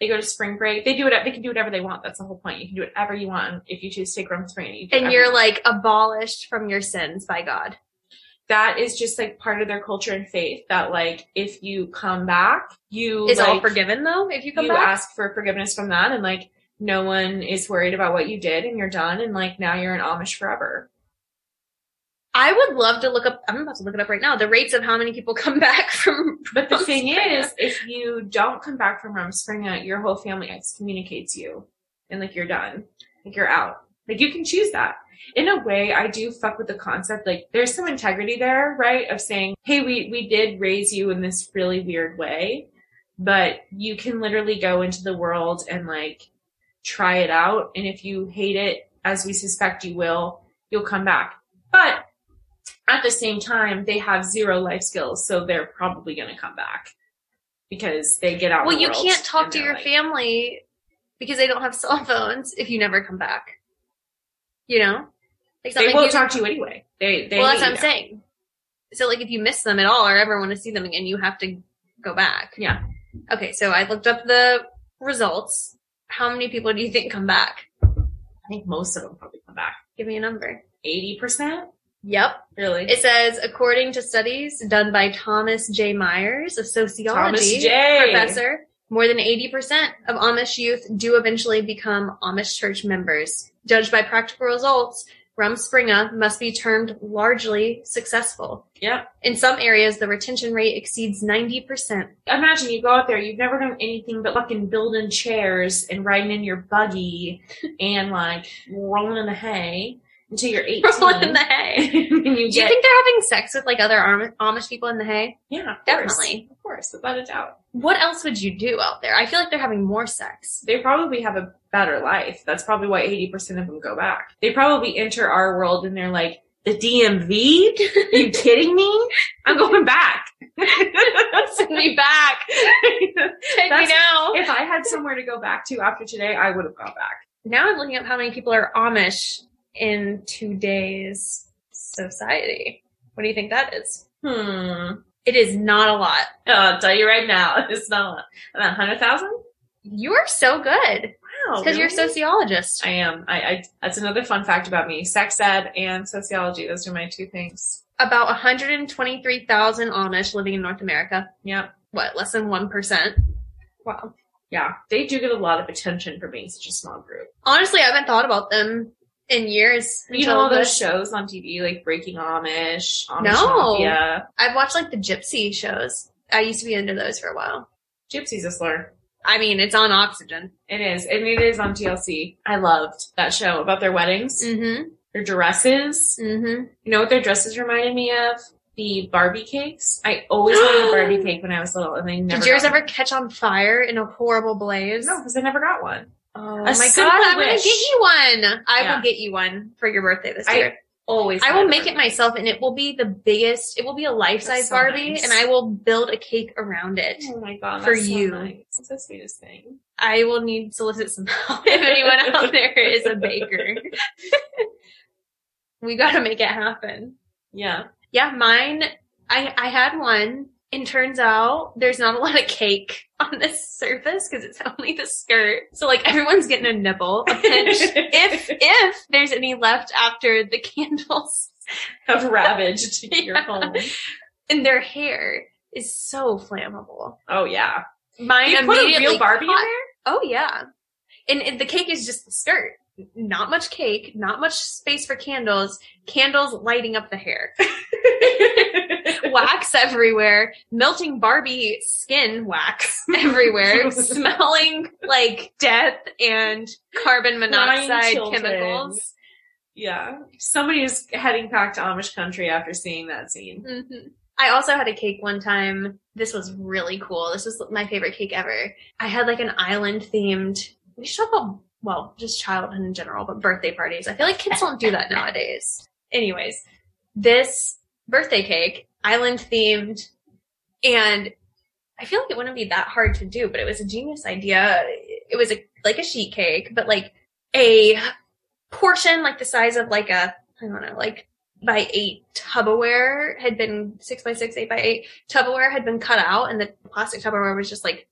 Speaker 1: They go to spring break. They do it. They can do whatever they want. That's the whole point. You can do whatever you want if you choose to take room spring. You do
Speaker 2: And
Speaker 1: whatever you
Speaker 2: you're
Speaker 1: want.
Speaker 2: like abolished from your sins by God.
Speaker 1: that is just like part of their culture and faith that like if you come back, you
Speaker 2: Is all
Speaker 1: like,
Speaker 2: forgiven though if you come
Speaker 1: you
Speaker 2: back?
Speaker 1: ask for forgiveness from that, and like no one is worried about what you did, and you're done, and like now you're an Amish forever.
Speaker 2: I would love to look up. I'm about to look it up right now. The rates of how many people come back from.
Speaker 1: But the
Speaker 2: from
Speaker 1: thing
Speaker 2: Spring.
Speaker 1: is, if you don't come back from Rumspringa, your whole family excommunicates you, and like you're done, like you're out. Like you can choose that. In a way, I do fuck with the concept. Like there's some integrity there, right? Of saying, hey, we we did raise you in this really weird way, but you can literally go into the world and like try it out. And if you hate it, as we suspect you will, you'll come back. But at the same time, they have zero life skills, so they're probably going to come back because they get out. in
Speaker 2: well,
Speaker 1: the
Speaker 2: you
Speaker 1: world
Speaker 2: can't talk
Speaker 1: and
Speaker 2: to
Speaker 1: they're
Speaker 2: your
Speaker 1: like-
Speaker 2: family because they don't have cell phones if you never come back. You know,
Speaker 1: They
Speaker 2: like something
Speaker 1: won't
Speaker 2: you-
Speaker 1: talk to you anyway. They, they
Speaker 2: well, that's
Speaker 1: hate
Speaker 2: what I'm
Speaker 1: you.
Speaker 2: saying. So, like, if you miss them at all or ever want to see them again, you have to go back.
Speaker 1: Yeah.
Speaker 2: Okay, so I looked up the results. How many people do you think come back?
Speaker 1: I think most of them probably come back.
Speaker 2: Give me a number.
Speaker 1: Eighty percent,
Speaker 2: Yep.
Speaker 1: really.
Speaker 2: It says, according to studies done by Thomas J. Myers, a
Speaker 1: Thomas
Speaker 2: sociology
Speaker 1: J.
Speaker 2: professor, more than 80% of Amish youth do eventually become Amish church members. Judged by practical results, Rumspringa must be termed largely successful.
Speaker 1: Yep.
Speaker 2: In some areas, the retention rate exceeds 90%.
Speaker 1: Imagine you go out there, you've never done anything but fucking building chairs and riding in your buggy and like rolling in the hay until you're eighteen.
Speaker 2: Rolling in the hay.
Speaker 1: and you
Speaker 2: Do you
Speaker 1: get-
Speaker 2: think they're having sex with like other Am- Amish people in the hay?
Speaker 1: Yeah, of course.
Speaker 2: Definitely.
Speaker 1: of course, without a doubt.
Speaker 2: What else would you do out there? I feel like they're having more sex.
Speaker 1: they probably have a better life. That's probably why 80% of them go back. They probably enter our world and they're like, the DMV? Are you kidding me? I'm going back. if
Speaker 2: Send me back. Take me
Speaker 1: That's-
Speaker 2: now.
Speaker 1: I had somewhere to go back to after today, I would have gone back.
Speaker 2: now I'm looking up how many people are Amish in today's society. What do you think that is?
Speaker 1: Hmm.
Speaker 2: It is not a lot.
Speaker 1: Uh, I'll tell you right now, it's not about 100,000?
Speaker 2: You're so good
Speaker 1: Wow.
Speaker 2: because you're a
Speaker 1: Oh, really?
Speaker 2: sociologist.
Speaker 1: I am. I, I, that's another fun fact about me. Sex ed and sociology. Those are my two things.
Speaker 2: About 123,000 Amish living in North America.
Speaker 1: Yep.
Speaker 2: What, less than 1%? Wow.
Speaker 1: Yeah. They do get a lot of attention for being such a small group.
Speaker 2: Honestly, I haven't thought about them in years.
Speaker 1: You
Speaker 2: until
Speaker 1: know all those
Speaker 2: this.
Speaker 1: shows on TV, like Breaking Amish, Amish
Speaker 2: No.
Speaker 1: Mafia.
Speaker 2: I've watched like the gypsy shows. I used to be into those for a while.
Speaker 1: Gypsy's a slur.
Speaker 2: I mean, it's on oxygen.
Speaker 1: It is, and it is on TLC. I loved that show about their weddings,
Speaker 2: Mm
Speaker 1: their dresses.
Speaker 2: hmm. Mm hmm.
Speaker 1: You know what their dresses reminded me of? The Barbie cakes. I always wanted a Barbie cake when I was little, and they never.
Speaker 2: Did yours
Speaker 1: got
Speaker 2: ever catch on fire in a horrible blaze?
Speaker 1: One. No, because I never got one.
Speaker 2: Oh
Speaker 1: A
Speaker 2: my god,
Speaker 1: simple
Speaker 2: I'm gonna
Speaker 1: wish.
Speaker 2: get you one. I
Speaker 1: Yeah.
Speaker 2: will get you one for your birthday this
Speaker 1: I-
Speaker 2: year.
Speaker 1: Always.
Speaker 2: I
Speaker 1: wanted
Speaker 2: will
Speaker 1: a
Speaker 2: make
Speaker 1: Barbie
Speaker 2: it myself and it will be the biggest it will be a life size
Speaker 1: That's so
Speaker 2: Barbie
Speaker 1: nice.
Speaker 2: and I will build a cake around it.
Speaker 1: cake. Oh my god!
Speaker 2: for
Speaker 1: that's so
Speaker 2: you.
Speaker 1: nice. It's the sweetest thing.
Speaker 2: I will need solicit some help if anyone out there is a baker. we gotta make it happen.
Speaker 1: Yeah.
Speaker 2: Yeah, mine I I had one and turns out there's not a lot of cake on this surface because it's only the skirt. So like everyone's getting a nibble, a pinch. if if there's any left after the candles
Speaker 1: Have ravaged your
Speaker 2: Yeah.
Speaker 1: home.
Speaker 2: and their hair is so flammable.
Speaker 1: Oh yeah.
Speaker 2: Mine
Speaker 1: They put a
Speaker 2: immediately
Speaker 1: real Barbie in
Speaker 2: caught-
Speaker 1: there.
Speaker 2: Oh yeah. And, and the cake is just the skirt. Not much cake, not much space for candles, candles lighting up the hair. wax everywhere, melting Barbie skin wax everywhere, smelling like death and carbon monoxide
Speaker 1: children.
Speaker 2: chemicals.
Speaker 1: yeah. Somebody is heading back to Amish country after seeing that scene.
Speaker 2: Mhm. I also had a cake one time. This was really cool. This was my favorite cake ever. I had like an island themed. We should talk about well, just childhood in general, but birthday parties. I feel like kids don't do that nowadays. Anyways, this birthday cake, island themed, and I feel like it wouldn't be that hard to do, but it was a genius idea. It was a, like a sheet cake, but like a portion like the size of like a I don't know, like by eight Tupperware had been six by six, eight by eight Tupperware had been cut out, and the plastic Tupperware was just like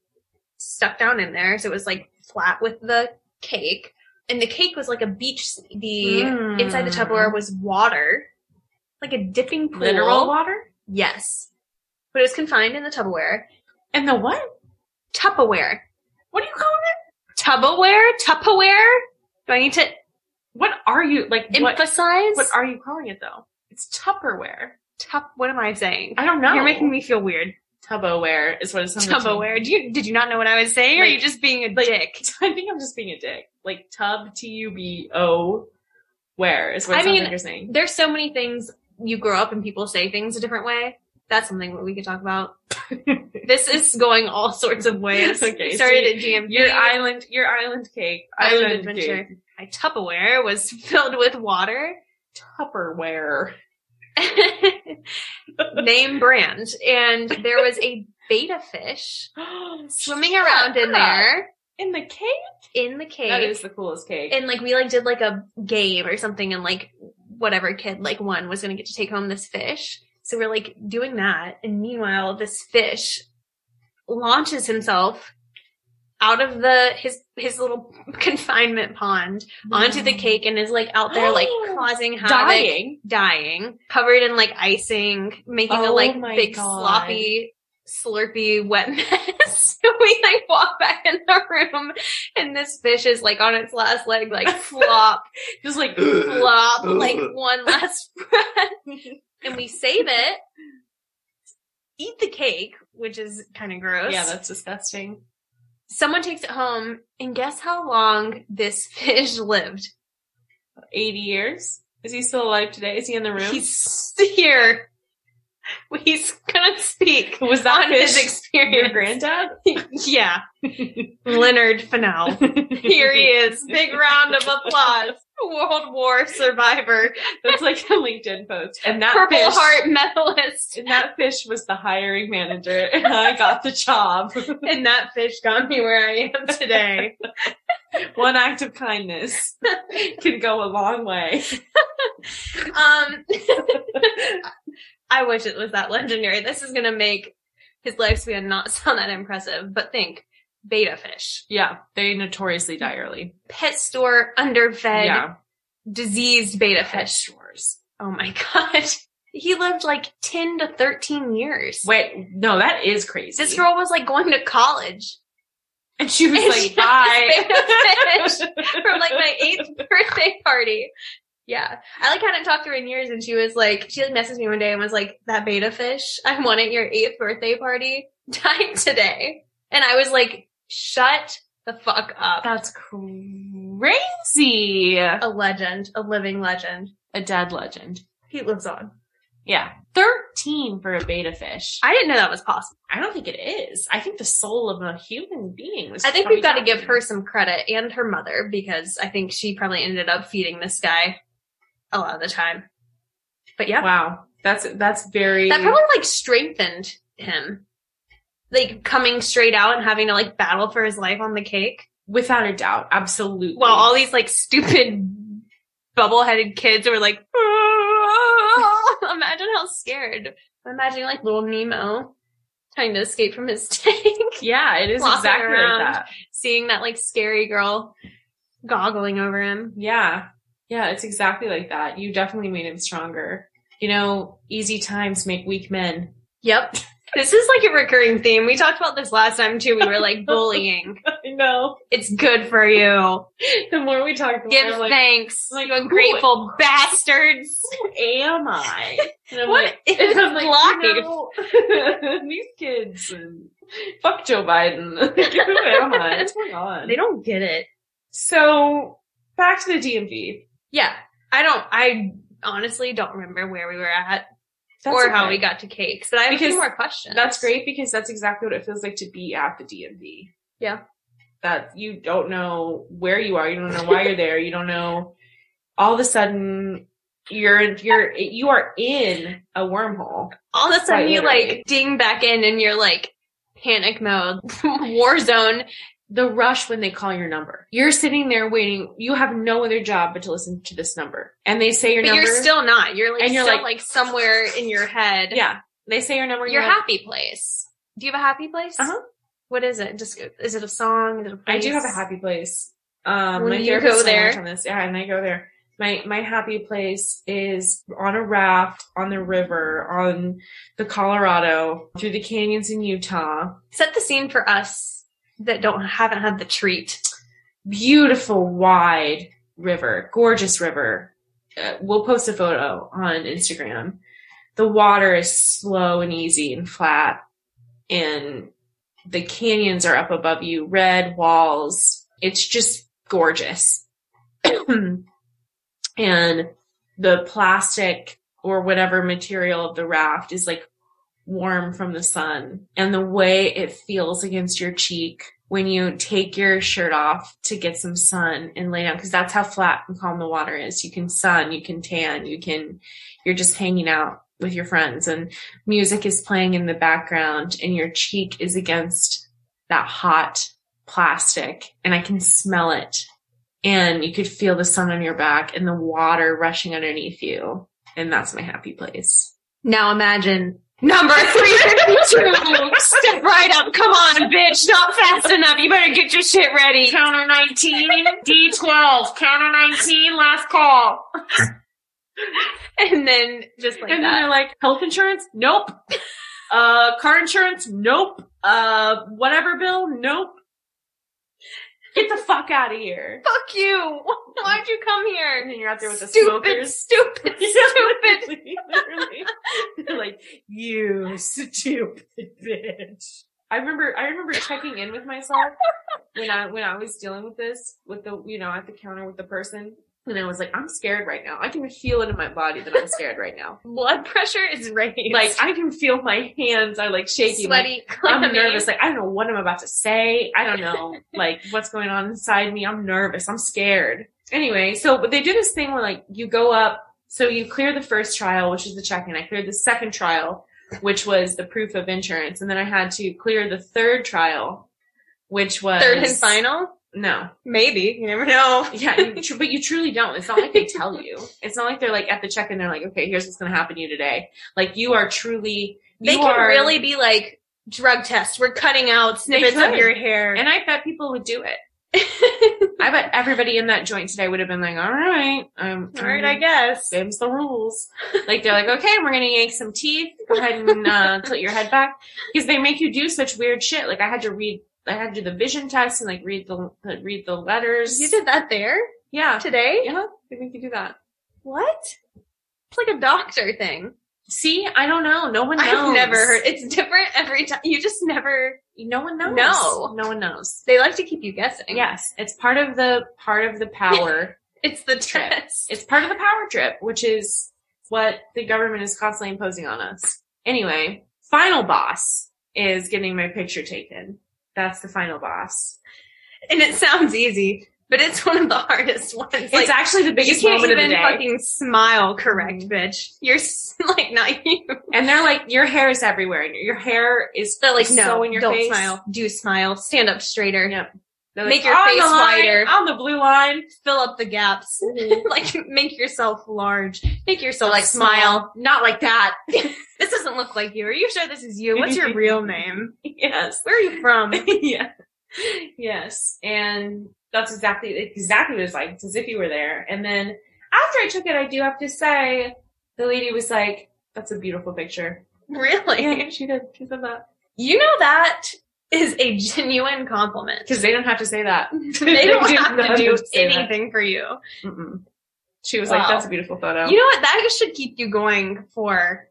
Speaker 2: stuck down in there, so it was like flat with the cake, and the cake was like a beach. The
Speaker 1: Mm.
Speaker 2: inside the Tupperware was water, like a dipping pool.
Speaker 1: Literal Hmm. water?
Speaker 2: Yes, but it was confined in the Tupperware.
Speaker 1: And the what?
Speaker 2: Tupperware,
Speaker 1: What are you calling it?
Speaker 2: Tupperware, Tupperware. Do I need to
Speaker 1: What are you like what,
Speaker 2: emphasize?
Speaker 1: what are you calling it though? It's Tupperware.
Speaker 2: Tup- what am I saying?
Speaker 1: I don't know.
Speaker 2: You're making me feel weird.
Speaker 1: Tupperware is what it sounds like. to me.
Speaker 2: Tupperware. Do you did you not know what I was saying? or are
Speaker 1: Like-
Speaker 2: you just being a
Speaker 1: like-
Speaker 2: dick?
Speaker 1: I think I'm just being a dick. Like tub T U B O where is what
Speaker 2: I
Speaker 1: it sounds
Speaker 2: mean-
Speaker 1: like you're saying.
Speaker 2: There's so many things you grow up and people say things a different way. That's something that we could talk about. this is going all sorts of ways.
Speaker 1: Okay,
Speaker 2: We started
Speaker 1: so
Speaker 2: at GMP.
Speaker 1: Your island your island cake.
Speaker 2: Island
Speaker 1: Island,
Speaker 2: adventure.
Speaker 1: cake.
Speaker 2: My Tupperware was filled with water.
Speaker 1: Tupperware.
Speaker 2: Name brand. And there was a beta fish swimming around in there
Speaker 1: In the cake?
Speaker 2: in the cave.
Speaker 1: That is the coolest cake.
Speaker 2: and like we like did like a game or something and like whatever kid like one was gonna get to take home this fish so we're like doing that and meanwhile this fish launches himself out of the his his little confinement pond onto the cake and is like out there like causing havoc
Speaker 1: dying.
Speaker 2: dying, covered in like icing, making a
Speaker 1: Oh
Speaker 2: like
Speaker 1: my
Speaker 2: big
Speaker 1: God.
Speaker 2: sloppy, slurpy, wet mess. we like walk back in the room and this fish is like on its last leg, like flop,
Speaker 1: Just like
Speaker 2: flop, like one last breath. and we save it, eat the cake, which is kind of gross.
Speaker 1: Yeah, that's disgusting.
Speaker 2: Someone takes it home and guess how long this fish lived?
Speaker 1: 80 years? Is he still alive today? Is he in the room?
Speaker 2: He's here. He's gonna speak.
Speaker 1: was that
Speaker 2: on
Speaker 1: fish
Speaker 2: his
Speaker 1: your
Speaker 2: experience.
Speaker 1: granddad?
Speaker 2: yeah. Leonard Fennell. Here he is. Big round of applause. World War survivor.
Speaker 1: That's like a LinkedIn post. And that
Speaker 2: Purple
Speaker 1: fish,
Speaker 2: Heart medalist.
Speaker 1: And that fish was the hiring manager, and I got the job.
Speaker 2: And that fish got me where I am today.
Speaker 1: One act of kindness can go a long way.
Speaker 2: um I wish it was that legendary. This is gonna make his lifespan not sound that impressive, but think beta fish.
Speaker 1: Yeah, they notoriously die early.
Speaker 2: Pet store underfed
Speaker 1: yeah,
Speaker 2: diseased beta fish.
Speaker 1: stores.
Speaker 2: Oh my god. He lived like 10 to 13 years.
Speaker 1: Wait, no, that is crazy.
Speaker 2: This girl was like going to college.
Speaker 1: and she was
Speaker 2: And
Speaker 1: like,
Speaker 2: she-
Speaker 1: "Bye."
Speaker 2: Fish from like my eighth birthday party. Yeah. I like hadn't talked to her in years and she was like, she like messaged me one day and was like, that beta fish I won at your eighth birthday party died today. And I was like, shut the fuck up.
Speaker 1: That's crazy. A
Speaker 2: A legend, a living legend.
Speaker 1: dead legend.
Speaker 2: He lives on.
Speaker 1: Yeah, thirteen for a beta fish.
Speaker 2: I didn't know that was possible.
Speaker 1: I don't think it is. I think the soul of a human being was.
Speaker 2: I think we've got to
Speaker 1: probably
Speaker 2: give her some credit and her mother because I think she probably ended up feeding this guy a lot of the time. But yeah,
Speaker 1: Wow, that's that's very.
Speaker 2: that probably like strengthened him. Like coming straight out and having to like battle for his life on the cake
Speaker 1: Without a doubt, absolutely.
Speaker 2: while all these like stupid bubble headed kids were like, "Ah!" imagine how scared. I'm imagining like little Nemo trying to escape from his tank.
Speaker 1: yeah, it is
Speaker 2: flopping
Speaker 1: exactly
Speaker 2: around.
Speaker 1: like that.
Speaker 2: seeing that like scary girl goggling over him.
Speaker 1: Yeah, yeah, it's exactly like that. You definitely made him stronger. You know, easy times make weak men.
Speaker 2: Yep. This is like a recurring theme. We talked about this last time too. We were like bullying.
Speaker 1: I know.
Speaker 2: It's good for you.
Speaker 1: The more we talk, the
Speaker 2: Give
Speaker 1: more I'm like,
Speaker 2: thanks,
Speaker 1: like,
Speaker 2: you ungrateful bastards.
Speaker 1: who am I? And I'm
Speaker 2: What
Speaker 1: like,
Speaker 2: is
Speaker 1: and I'm like,
Speaker 2: life?
Speaker 1: you know, these kids and fuck Joe Biden. Like, who am I? What's going on?
Speaker 2: They don't get it.
Speaker 1: So back to the DMV.
Speaker 2: Yeah. I don't, I honestly don't remember where we were at
Speaker 1: That's
Speaker 2: or how
Speaker 1: okay.
Speaker 2: we got to cakes, but I have a
Speaker 1: Because
Speaker 2: few more questions.
Speaker 1: That's great because that's exactly what it feels like to be at the DMV.
Speaker 2: Yeah.
Speaker 1: That you don't know where you are, you don't know why you're there, you don't know. All of a sudden, you're you're you are in a wormhole.
Speaker 2: All of a sudden
Speaker 1: Quite
Speaker 2: you
Speaker 1: literally.
Speaker 2: like ding back in and you're like panic mode, war zone.
Speaker 1: The rush when they call your number. You're sitting there waiting. You have no other job but to listen to this number, and they say your
Speaker 2: But
Speaker 1: number.
Speaker 2: you're still not. You're like
Speaker 1: And you're
Speaker 2: still
Speaker 1: like-
Speaker 2: like, somewhere in your head.
Speaker 1: yeah. They say your number. you're
Speaker 2: Your
Speaker 1: like,
Speaker 2: happy place. Do you have a happy place?
Speaker 1: Uh-huh.
Speaker 2: What is it? Just is it a song? Is it a
Speaker 1: I do have a
Speaker 2: place?
Speaker 1: happy place. Um,
Speaker 2: Will
Speaker 1: my
Speaker 2: you
Speaker 1: therapist
Speaker 2: go
Speaker 1: and I
Speaker 2: there?
Speaker 1: worked On this. Yeah, and I go there. My my happy place is on a raft on the river on the Colorado through the canyons in Utah.
Speaker 2: Set the scene for us that don't haven't had the treat.
Speaker 1: Beautiful wide river, gorgeous river. Uh, we'll post a photo on Instagram. The water is slow and easy and flat, and the canyons are up above you, red walls. It's just gorgeous. and the plastic or whatever material of the raft is like warm from the sun and the way it feels against your cheek when you take your shirt off to get some sun and lay down because that's how flat and calm the water is you can sun you can tan you can you're just hanging out with your friends and music is playing in the background and your cheek is against that hot plastic and i can smell it and you could feel the sun on your back and the water rushing underneath you and that's my happy place
Speaker 2: Now imagine number three fifty-two. Step right up. Come on, bitch. Not fast enough. You better get your shit ready.
Speaker 1: Counter 19, D12, counter 19, last call.
Speaker 2: And then just like
Speaker 1: and then
Speaker 2: that.
Speaker 1: they're like, health insurance? Nope. Uh, car insurance? Nope. Uh, whatever bill? Nope. Get the fuck out of here.
Speaker 2: Fuck you. Why'd you come
Speaker 1: And
Speaker 2: here?
Speaker 1: then you're out there with the
Speaker 2: Stupid,
Speaker 1: smokers.
Speaker 2: stupid, stupid.
Speaker 1: Literally, literally. They're like, you stupid bitch. I remember, I remember checking in with myself when I, when I was dealing with this, with the, you know, at the counter with the person. And I was like, I'm scared right now. I can feel it in my body that I'm scared right now.
Speaker 2: Blood pressure is raised.
Speaker 1: Like, I can feel my hands are like shaking. like,
Speaker 2: sweaty.
Speaker 1: I'm
Speaker 2: clammy.
Speaker 1: nervous. Like, I don't know what I'm about to say. I don't know, like, what's going on inside me. I'm nervous. I'm scared. Anyway, so, but they do this thing where, like, you go up. So you clear the first trial, which is the check-in. I cleared the second trial, which was the proof of insurance. And then I had to clear the third trial, which was.
Speaker 2: Third and final.
Speaker 1: No.
Speaker 2: Maybe. You never know.
Speaker 1: Yeah. You tr- but you truly don't. It's not like they tell you. It's not like they're like at the check-in. They're like, okay, here's what's going to happen to you today. Like you are truly.
Speaker 2: They
Speaker 1: you
Speaker 2: can
Speaker 1: are-
Speaker 2: really be like drug test. We're cutting out
Speaker 1: They
Speaker 2: snippets of
Speaker 1: could.
Speaker 2: your hair.
Speaker 1: And I bet people would do it. I bet everybody in that joint today would have been like, all right, um,
Speaker 2: All right, I guess.
Speaker 1: Same's the rules. Like they're like, okay, we're gonna yank some teeth. Go ahead and uh, tilt your head back because they make you do such weird shit. Like I had to read, I had to do the vision test and like read the read the letters.
Speaker 2: You did that there
Speaker 1: yeah,
Speaker 2: today?
Speaker 1: yeah, they make you do that.
Speaker 2: What? It's like a doctor thing.
Speaker 1: See, I don't know. No one knows.
Speaker 2: I've never heard. It's different every time. You just never.
Speaker 1: No one knows.
Speaker 2: No.
Speaker 1: no one knows.
Speaker 2: They like to keep you guessing.
Speaker 1: Yes, it's part of the part of the power.
Speaker 2: It's the
Speaker 1: Trip.
Speaker 2: test.
Speaker 1: It's part of the power trip, which is what the government is constantly imposing on us. Anyway, final boss is getting my picture taken. That's the final boss.
Speaker 2: and it sounds easy, but it's one of the hardest ones.
Speaker 1: It's actually the biggest
Speaker 2: you can't
Speaker 1: moment of
Speaker 2: even
Speaker 1: the day. Mm-hmm.
Speaker 2: fucking smile correct, bitch. You're s- like not you.
Speaker 1: and they're like, your hair is everywhere. and Your hair is
Speaker 2: They're like,
Speaker 1: so
Speaker 2: no,
Speaker 1: in your
Speaker 2: don't
Speaker 1: face.
Speaker 2: smile. Do smile. Stand up straighter.
Speaker 1: Yep. They're
Speaker 2: Make
Speaker 1: like,
Speaker 2: your
Speaker 1: "On the
Speaker 2: face
Speaker 1: line,
Speaker 2: wider."
Speaker 1: On the blue line.
Speaker 2: Fill up the gaps. like make yourself large. Make yourself
Speaker 1: Like,
Speaker 2: smile.
Speaker 1: Not like that.
Speaker 2: This doesn't look like you. Are you sure this is you? What's your real name?
Speaker 1: yes.
Speaker 2: Where are you from?
Speaker 1: yeah. Yes. And that's exactly exactly what it's like. It's as if you were there. And then after I took it, I do have to say the lady was like, That's a beautiful picture.
Speaker 2: Really?
Speaker 1: Yeah, she did. She said that.
Speaker 2: You know that is a genuine compliment.
Speaker 1: Because they don't have to say that.
Speaker 2: They don't
Speaker 1: didn't
Speaker 2: have to do
Speaker 1: say that.
Speaker 2: anything for you.
Speaker 1: Mm-mm. She was
Speaker 2: Wow.
Speaker 1: like, that's a beautiful photo.
Speaker 2: You know what? That should keep you going for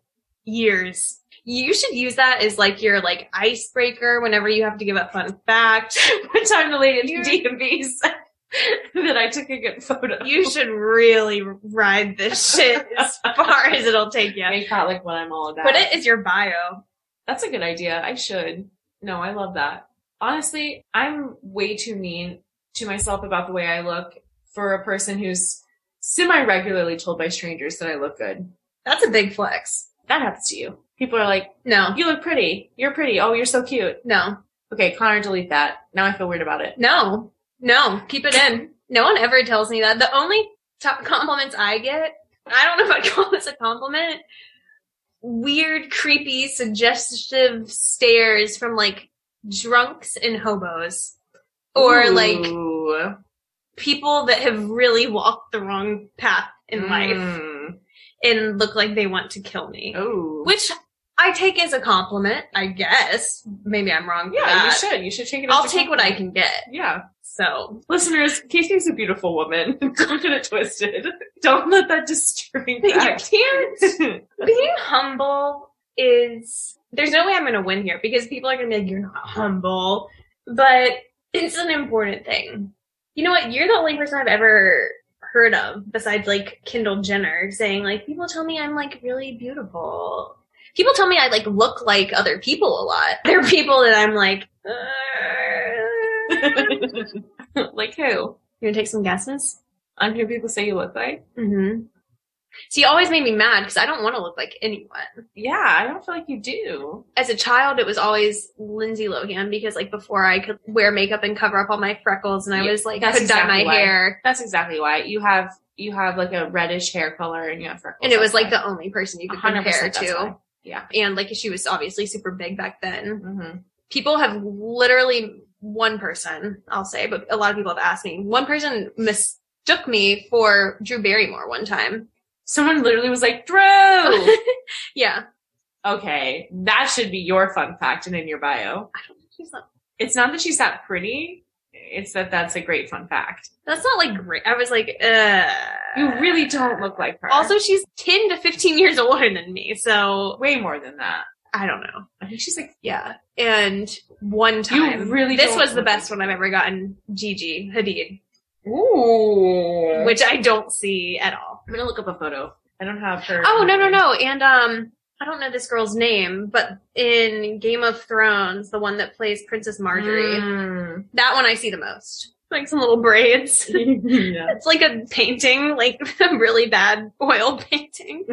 Speaker 2: years. You should use that as like your like icebreaker whenever you have to give a fun fact.
Speaker 1: One time the lady
Speaker 2: You-
Speaker 1: at the DMV said that I took a good photo.
Speaker 2: You should really ride this shit as far as it'll take you.
Speaker 1: make out like what I'm all about.
Speaker 2: Put it as your bio.
Speaker 1: That's a good idea. I should. No, I love that. Honestly, I'm way too mean to myself about the way I look for a person who's semi regularly told by strangers that I look good.
Speaker 2: That's a big flex.
Speaker 1: That happens to you. People are like,
Speaker 2: No,
Speaker 1: you look pretty. You're pretty. Oh, you're so cute.
Speaker 2: no,
Speaker 1: Okay, Connor, delete that. Now I feel weird about it.
Speaker 2: no, no. Keep it in. No one ever tells me that. The only top compliments I get, I don't know if I'd call this a compliment. Weird, creepy, suggestive stares from like drunks and hobos. Or like
Speaker 1: Ooh.
Speaker 2: people that have really walked the wrong path in life
Speaker 1: Mm.
Speaker 2: and look like they want to kill me.
Speaker 1: Oh.
Speaker 2: which I take as a compliment, I guess. Maybe I'm wrong. for
Speaker 1: yeah, you
Speaker 2: that.
Speaker 1: should. You should take it. as
Speaker 2: I'll
Speaker 1: a
Speaker 2: take what I
Speaker 1: compliment.
Speaker 2: can get.
Speaker 1: Yeah.
Speaker 2: So
Speaker 1: Listeners, Casey's a beautiful woman. Don't get it twisted. Don't let that destroy that. can't.
Speaker 2: being humble is there's no way I'm going to win here because people are going to be like, "You're not humble," but it's an important thing. You know what? You're the only person I've ever heard of besides like Kendall Jenner saying like people tell me I'm like really beautiful. People tell me I like look like other people a lot. There are people that I'm like. "Uh,
Speaker 1: like who?
Speaker 2: You want to take some guesses?
Speaker 1: On who people say you look like?
Speaker 2: Mm-hmm. So you always made me mad because I don't want to look like anyone.
Speaker 1: Yeah, I don't feel like you do.
Speaker 2: As a child, it was always Lindsay Lohan because like before I could wear makeup and cover up all my freckles and I
Speaker 1: Yeah,
Speaker 2: was like, could
Speaker 1: that's
Speaker 2: dye
Speaker 1: exactly
Speaker 2: my
Speaker 1: why.
Speaker 2: hair.
Speaker 1: That's exactly why you have you have like a reddish hair color and you have freckles.
Speaker 2: And it was
Speaker 1: That's
Speaker 2: like
Speaker 1: why.
Speaker 2: the only person you could
Speaker 1: 100%
Speaker 2: compare
Speaker 1: that's
Speaker 2: to.
Speaker 1: why. Yeah.
Speaker 2: And like she was obviously super big back then.
Speaker 1: Mm-hmm.
Speaker 2: People have literally one person, I'll say, but a lot of people have asked me. One person mistook me for Drew Barrymore one time.
Speaker 1: Someone literally was like, "Drew."
Speaker 2: yeah.
Speaker 1: okay, that should be your fun fact and in your bio.
Speaker 2: She's not
Speaker 1: It's not that she's that pretty. It's that that's a great fun fact.
Speaker 2: That's not like great. I was like, uh.
Speaker 1: You really don't look like her.
Speaker 2: Also, she's 10 to 15 years older than me, so
Speaker 1: way more than that.
Speaker 2: I don't know.
Speaker 1: I think she's like,
Speaker 2: Yeah. And one time.
Speaker 1: really
Speaker 2: This
Speaker 1: don't
Speaker 2: was the
Speaker 1: look
Speaker 2: best one I've ever gotten Gigi Hadid,
Speaker 1: ooh.
Speaker 2: which I don't see at all.
Speaker 1: I'm gonna look up a photo. I don't have her.
Speaker 2: Oh, no, no, no. And, um, I don't know this girl's name, but in Game of Thrones, the one that plays Princess Marjorie,
Speaker 1: Marjorie.
Speaker 2: that one I see the most. Like some little braids.
Speaker 1: yeah.
Speaker 2: It's like a painting, like a really bad oil painting.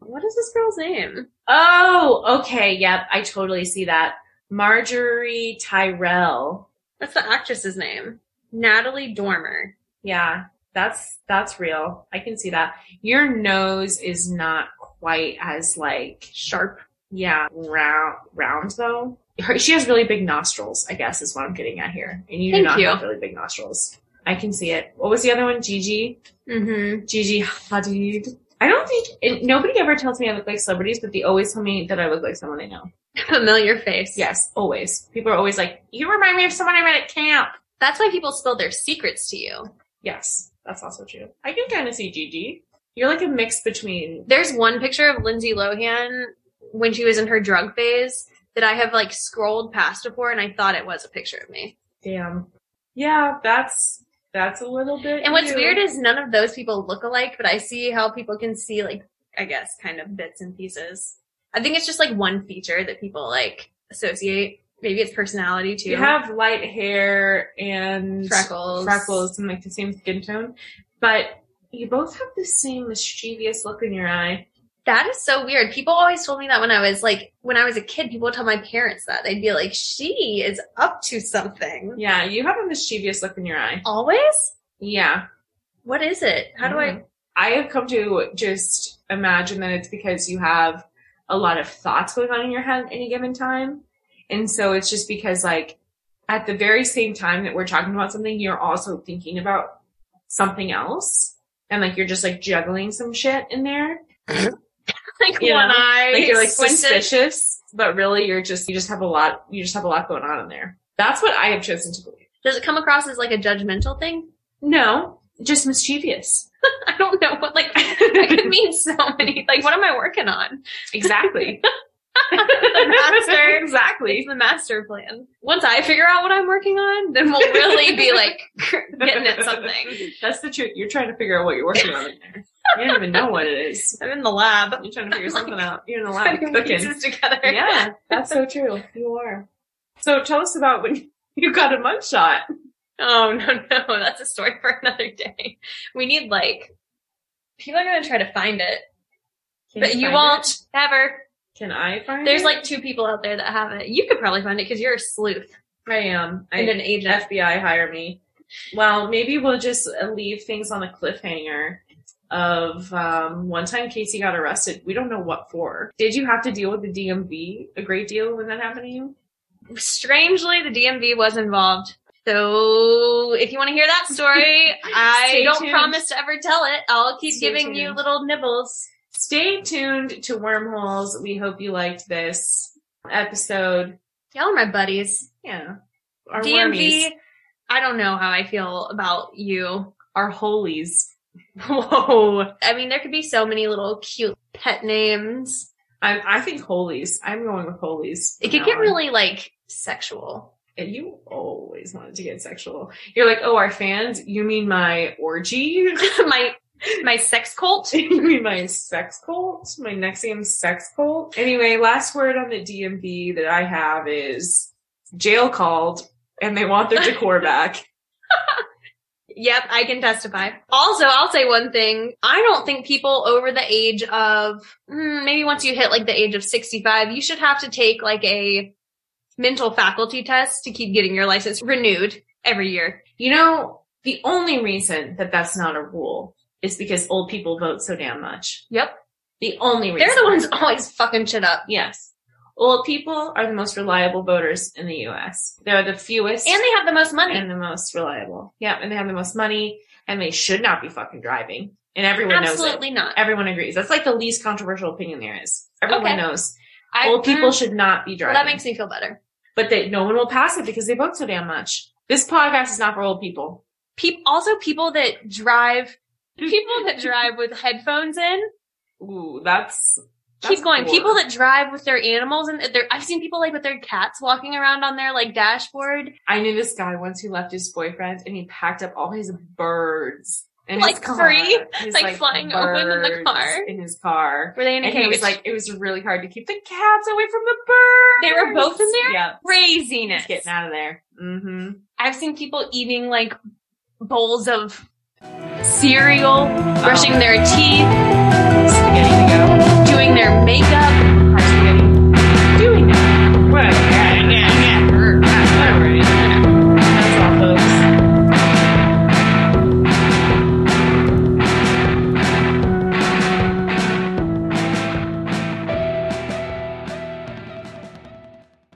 Speaker 2: What is this girl's name?
Speaker 1: oh, okay. Yep, I totally see that. Marjorie Tyrell.
Speaker 2: That's the actress's name. Natalie Dormer.
Speaker 1: Yeah, that's that's real. I can see that. Your nose is not quite as like
Speaker 2: Sharp.
Speaker 1: yeah round round though. Her, she has really big nostrils. I guess is what I'm getting at here. And you do
Speaker 2: Thank
Speaker 1: not
Speaker 2: you.
Speaker 1: have really big nostrils. I can see it. What was the other one? Gigi.
Speaker 2: Mm-hmm.
Speaker 1: Gigi Hadid. I don't think and nobody ever tells me I look like celebrities, but they always tell me that I look like someone I know.
Speaker 2: Familiar face.
Speaker 1: Yes, always. People are always like, "You remind me of someone I met at camp."
Speaker 2: That's why people spill their secrets to you.
Speaker 1: Yes, that's also true. I can kind of see Gigi. You're like a mix between.
Speaker 2: There's one picture of Lindsay Lohan when she was in her drug phase that I have like scrolled past before and I thought it was a picture of me.
Speaker 1: Damn. Yeah, that's that's a little bit.
Speaker 2: And what's
Speaker 1: you.
Speaker 2: weird is none of those people look alike, but I see how people can see like I guess kind of bits and pieces. I think it's just like one feature that people like associate. Maybe it's personality too.
Speaker 1: you have light hair and
Speaker 2: freckles.
Speaker 1: freckles and like the same skin tone, but you both have the same mischievous look in your eye.
Speaker 2: That is so weird. People always told me that when I was like when I was a kid, people would tell my parents that. They'd be like, She is up to something.
Speaker 1: Yeah, you have a mischievous look in your eye.
Speaker 2: Always?
Speaker 1: Yeah.
Speaker 2: What is it? How do
Speaker 1: Mm-hmm.
Speaker 2: I
Speaker 1: I have come to just imagine that it's because you have a lot of thoughts going on in your head at any given time. And so it's just because like at the very same time that we're talking about something, you're also thinking about something else. And like you're just like juggling some shit in there.
Speaker 2: like
Speaker 1: You
Speaker 2: one
Speaker 1: know,
Speaker 2: eye.
Speaker 1: like you're like
Speaker 2: squinted.
Speaker 1: suspicious, but really you're just you just have a lot you just have a lot going on in there. That's what I have chosen to believe.
Speaker 2: Does it come across as like a judgmental thing?
Speaker 1: No, just mischievous.
Speaker 2: I don't know. But like that could mean so many. Like what am I working on?
Speaker 1: Exactly.
Speaker 2: master. It's
Speaker 1: Exactly.
Speaker 2: the master plan. Once I figure out what I'm working on, then we'll really be like getting at something.
Speaker 1: That's the truth. You're trying to figure out what you're working on. in there. You don't even know what it is.
Speaker 2: I'm in the lab.
Speaker 1: You're trying to figure something out. You're in the lab
Speaker 2: Putting
Speaker 1: cooking.
Speaker 2: pieces together.
Speaker 1: Yeah, that's so true. You are. So tell us about when you got a mug shot.
Speaker 2: Oh no, no, that's a story for another day. We need like people are gonna try to find it,
Speaker 1: Can
Speaker 2: but you
Speaker 1: find
Speaker 2: won't
Speaker 1: it? Mhm.
Speaker 2: ever.
Speaker 1: Can I find
Speaker 2: There's
Speaker 1: it?
Speaker 2: like two people out there that have it. You could probably find it because you're a sleuth
Speaker 1: I am. I
Speaker 2: and an agent.
Speaker 1: FBI hire me. Well, maybe we'll just uh, leave things on the cliffhanger of um, one time Casey got arrested. We don't know what for. Did you have to deal with the DMV a great deal when that happened to you?
Speaker 2: Strangely, the DMV was involved. So if you want to hear that story, I
Speaker 1: Stay
Speaker 2: don't
Speaker 1: tuned.
Speaker 2: promise to ever tell it. I'll keep
Speaker 1: Stay
Speaker 2: giving you
Speaker 1: tuned.
Speaker 2: little nibbles.
Speaker 1: Stay tuned to Wormholes. We hope you liked this episode.
Speaker 2: Y'all are my buddies.
Speaker 1: Yeah. Our
Speaker 2: DMV.
Speaker 1: wormies.
Speaker 2: I don't know how I feel about you.
Speaker 1: Our holies.
Speaker 2: Whoa. I mean, there could be so many little cute pet names.
Speaker 1: I, I think holies. I'm going with holies.
Speaker 2: It
Speaker 1: from
Speaker 2: could
Speaker 1: now
Speaker 2: get
Speaker 1: on.
Speaker 2: really like sexual.
Speaker 1: And you always wanted to get sexual. You're like, oh, our fans? You mean my orgy?
Speaker 2: my my sex cult.
Speaker 1: you mean my sex cult? My Nexium sex cult? Anyway, last word on the DMV that I have is jail called and they want their decor back.
Speaker 2: Yep, I can testify. Also, I'll say one thing. I don't think people over the age of mm, maybe once you hit like the age of 65, you should have to take like a mental faculty test to keep getting your license renewed every year.
Speaker 1: You know, the only reason that that's not a rule is because old people vote so damn much.
Speaker 2: Yep.
Speaker 1: The only reason.
Speaker 2: They're the ones always fucking shit up.
Speaker 1: Yes. Old people are the most reliable voters in the U.S. They're the fewest.
Speaker 2: And they have the most money.
Speaker 1: and the most reliable. Yeah, and they have the most money, and they should not be fucking driving. And everyone knows it.
Speaker 2: Absolutely not.
Speaker 1: Everyone agrees. That's like the least controversial opinion there is. Everyone
Speaker 2: Okay.
Speaker 1: knows
Speaker 2: I,
Speaker 1: old people
Speaker 2: mm,
Speaker 1: should not be driving.
Speaker 2: that makes me feel better.
Speaker 1: but that no one will pass it because they vote so damn much. This podcast is not for old people.
Speaker 2: Peop also people that drive people that drive with headphones in
Speaker 1: Ooh, that's, that's
Speaker 2: keep going.
Speaker 1: poor.
Speaker 2: People that drive with their animals and their I've seen people like with their cats walking around on their like dashboard.
Speaker 1: I knew this guy once who left his boyfriend and he packed up all his birds. In
Speaker 2: Like
Speaker 1: his car,
Speaker 2: free?
Speaker 1: His,
Speaker 2: Like flying open in the
Speaker 1: birds
Speaker 2: car?
Speaker 1: in his car.
Speaker 2: Were they in a
Speaker 1: And
Speaker 2: cage?
Speaker 1: he was like, it was really hard to keep the cats away from the birds.
Speaker 2: They were both in there?
Speaker 1: Yeah.
Speaker 2: craziness.
Speaker 1: He's getting out of there. Mm-hmm.
Speaker 2: I've seen people eating like bowls of
Speaker 1: Oh.
Speaker 2: cereal, brushing their teeth,
Speaker 1: Spaghetti to go.
Speaker 2: doing their makeup.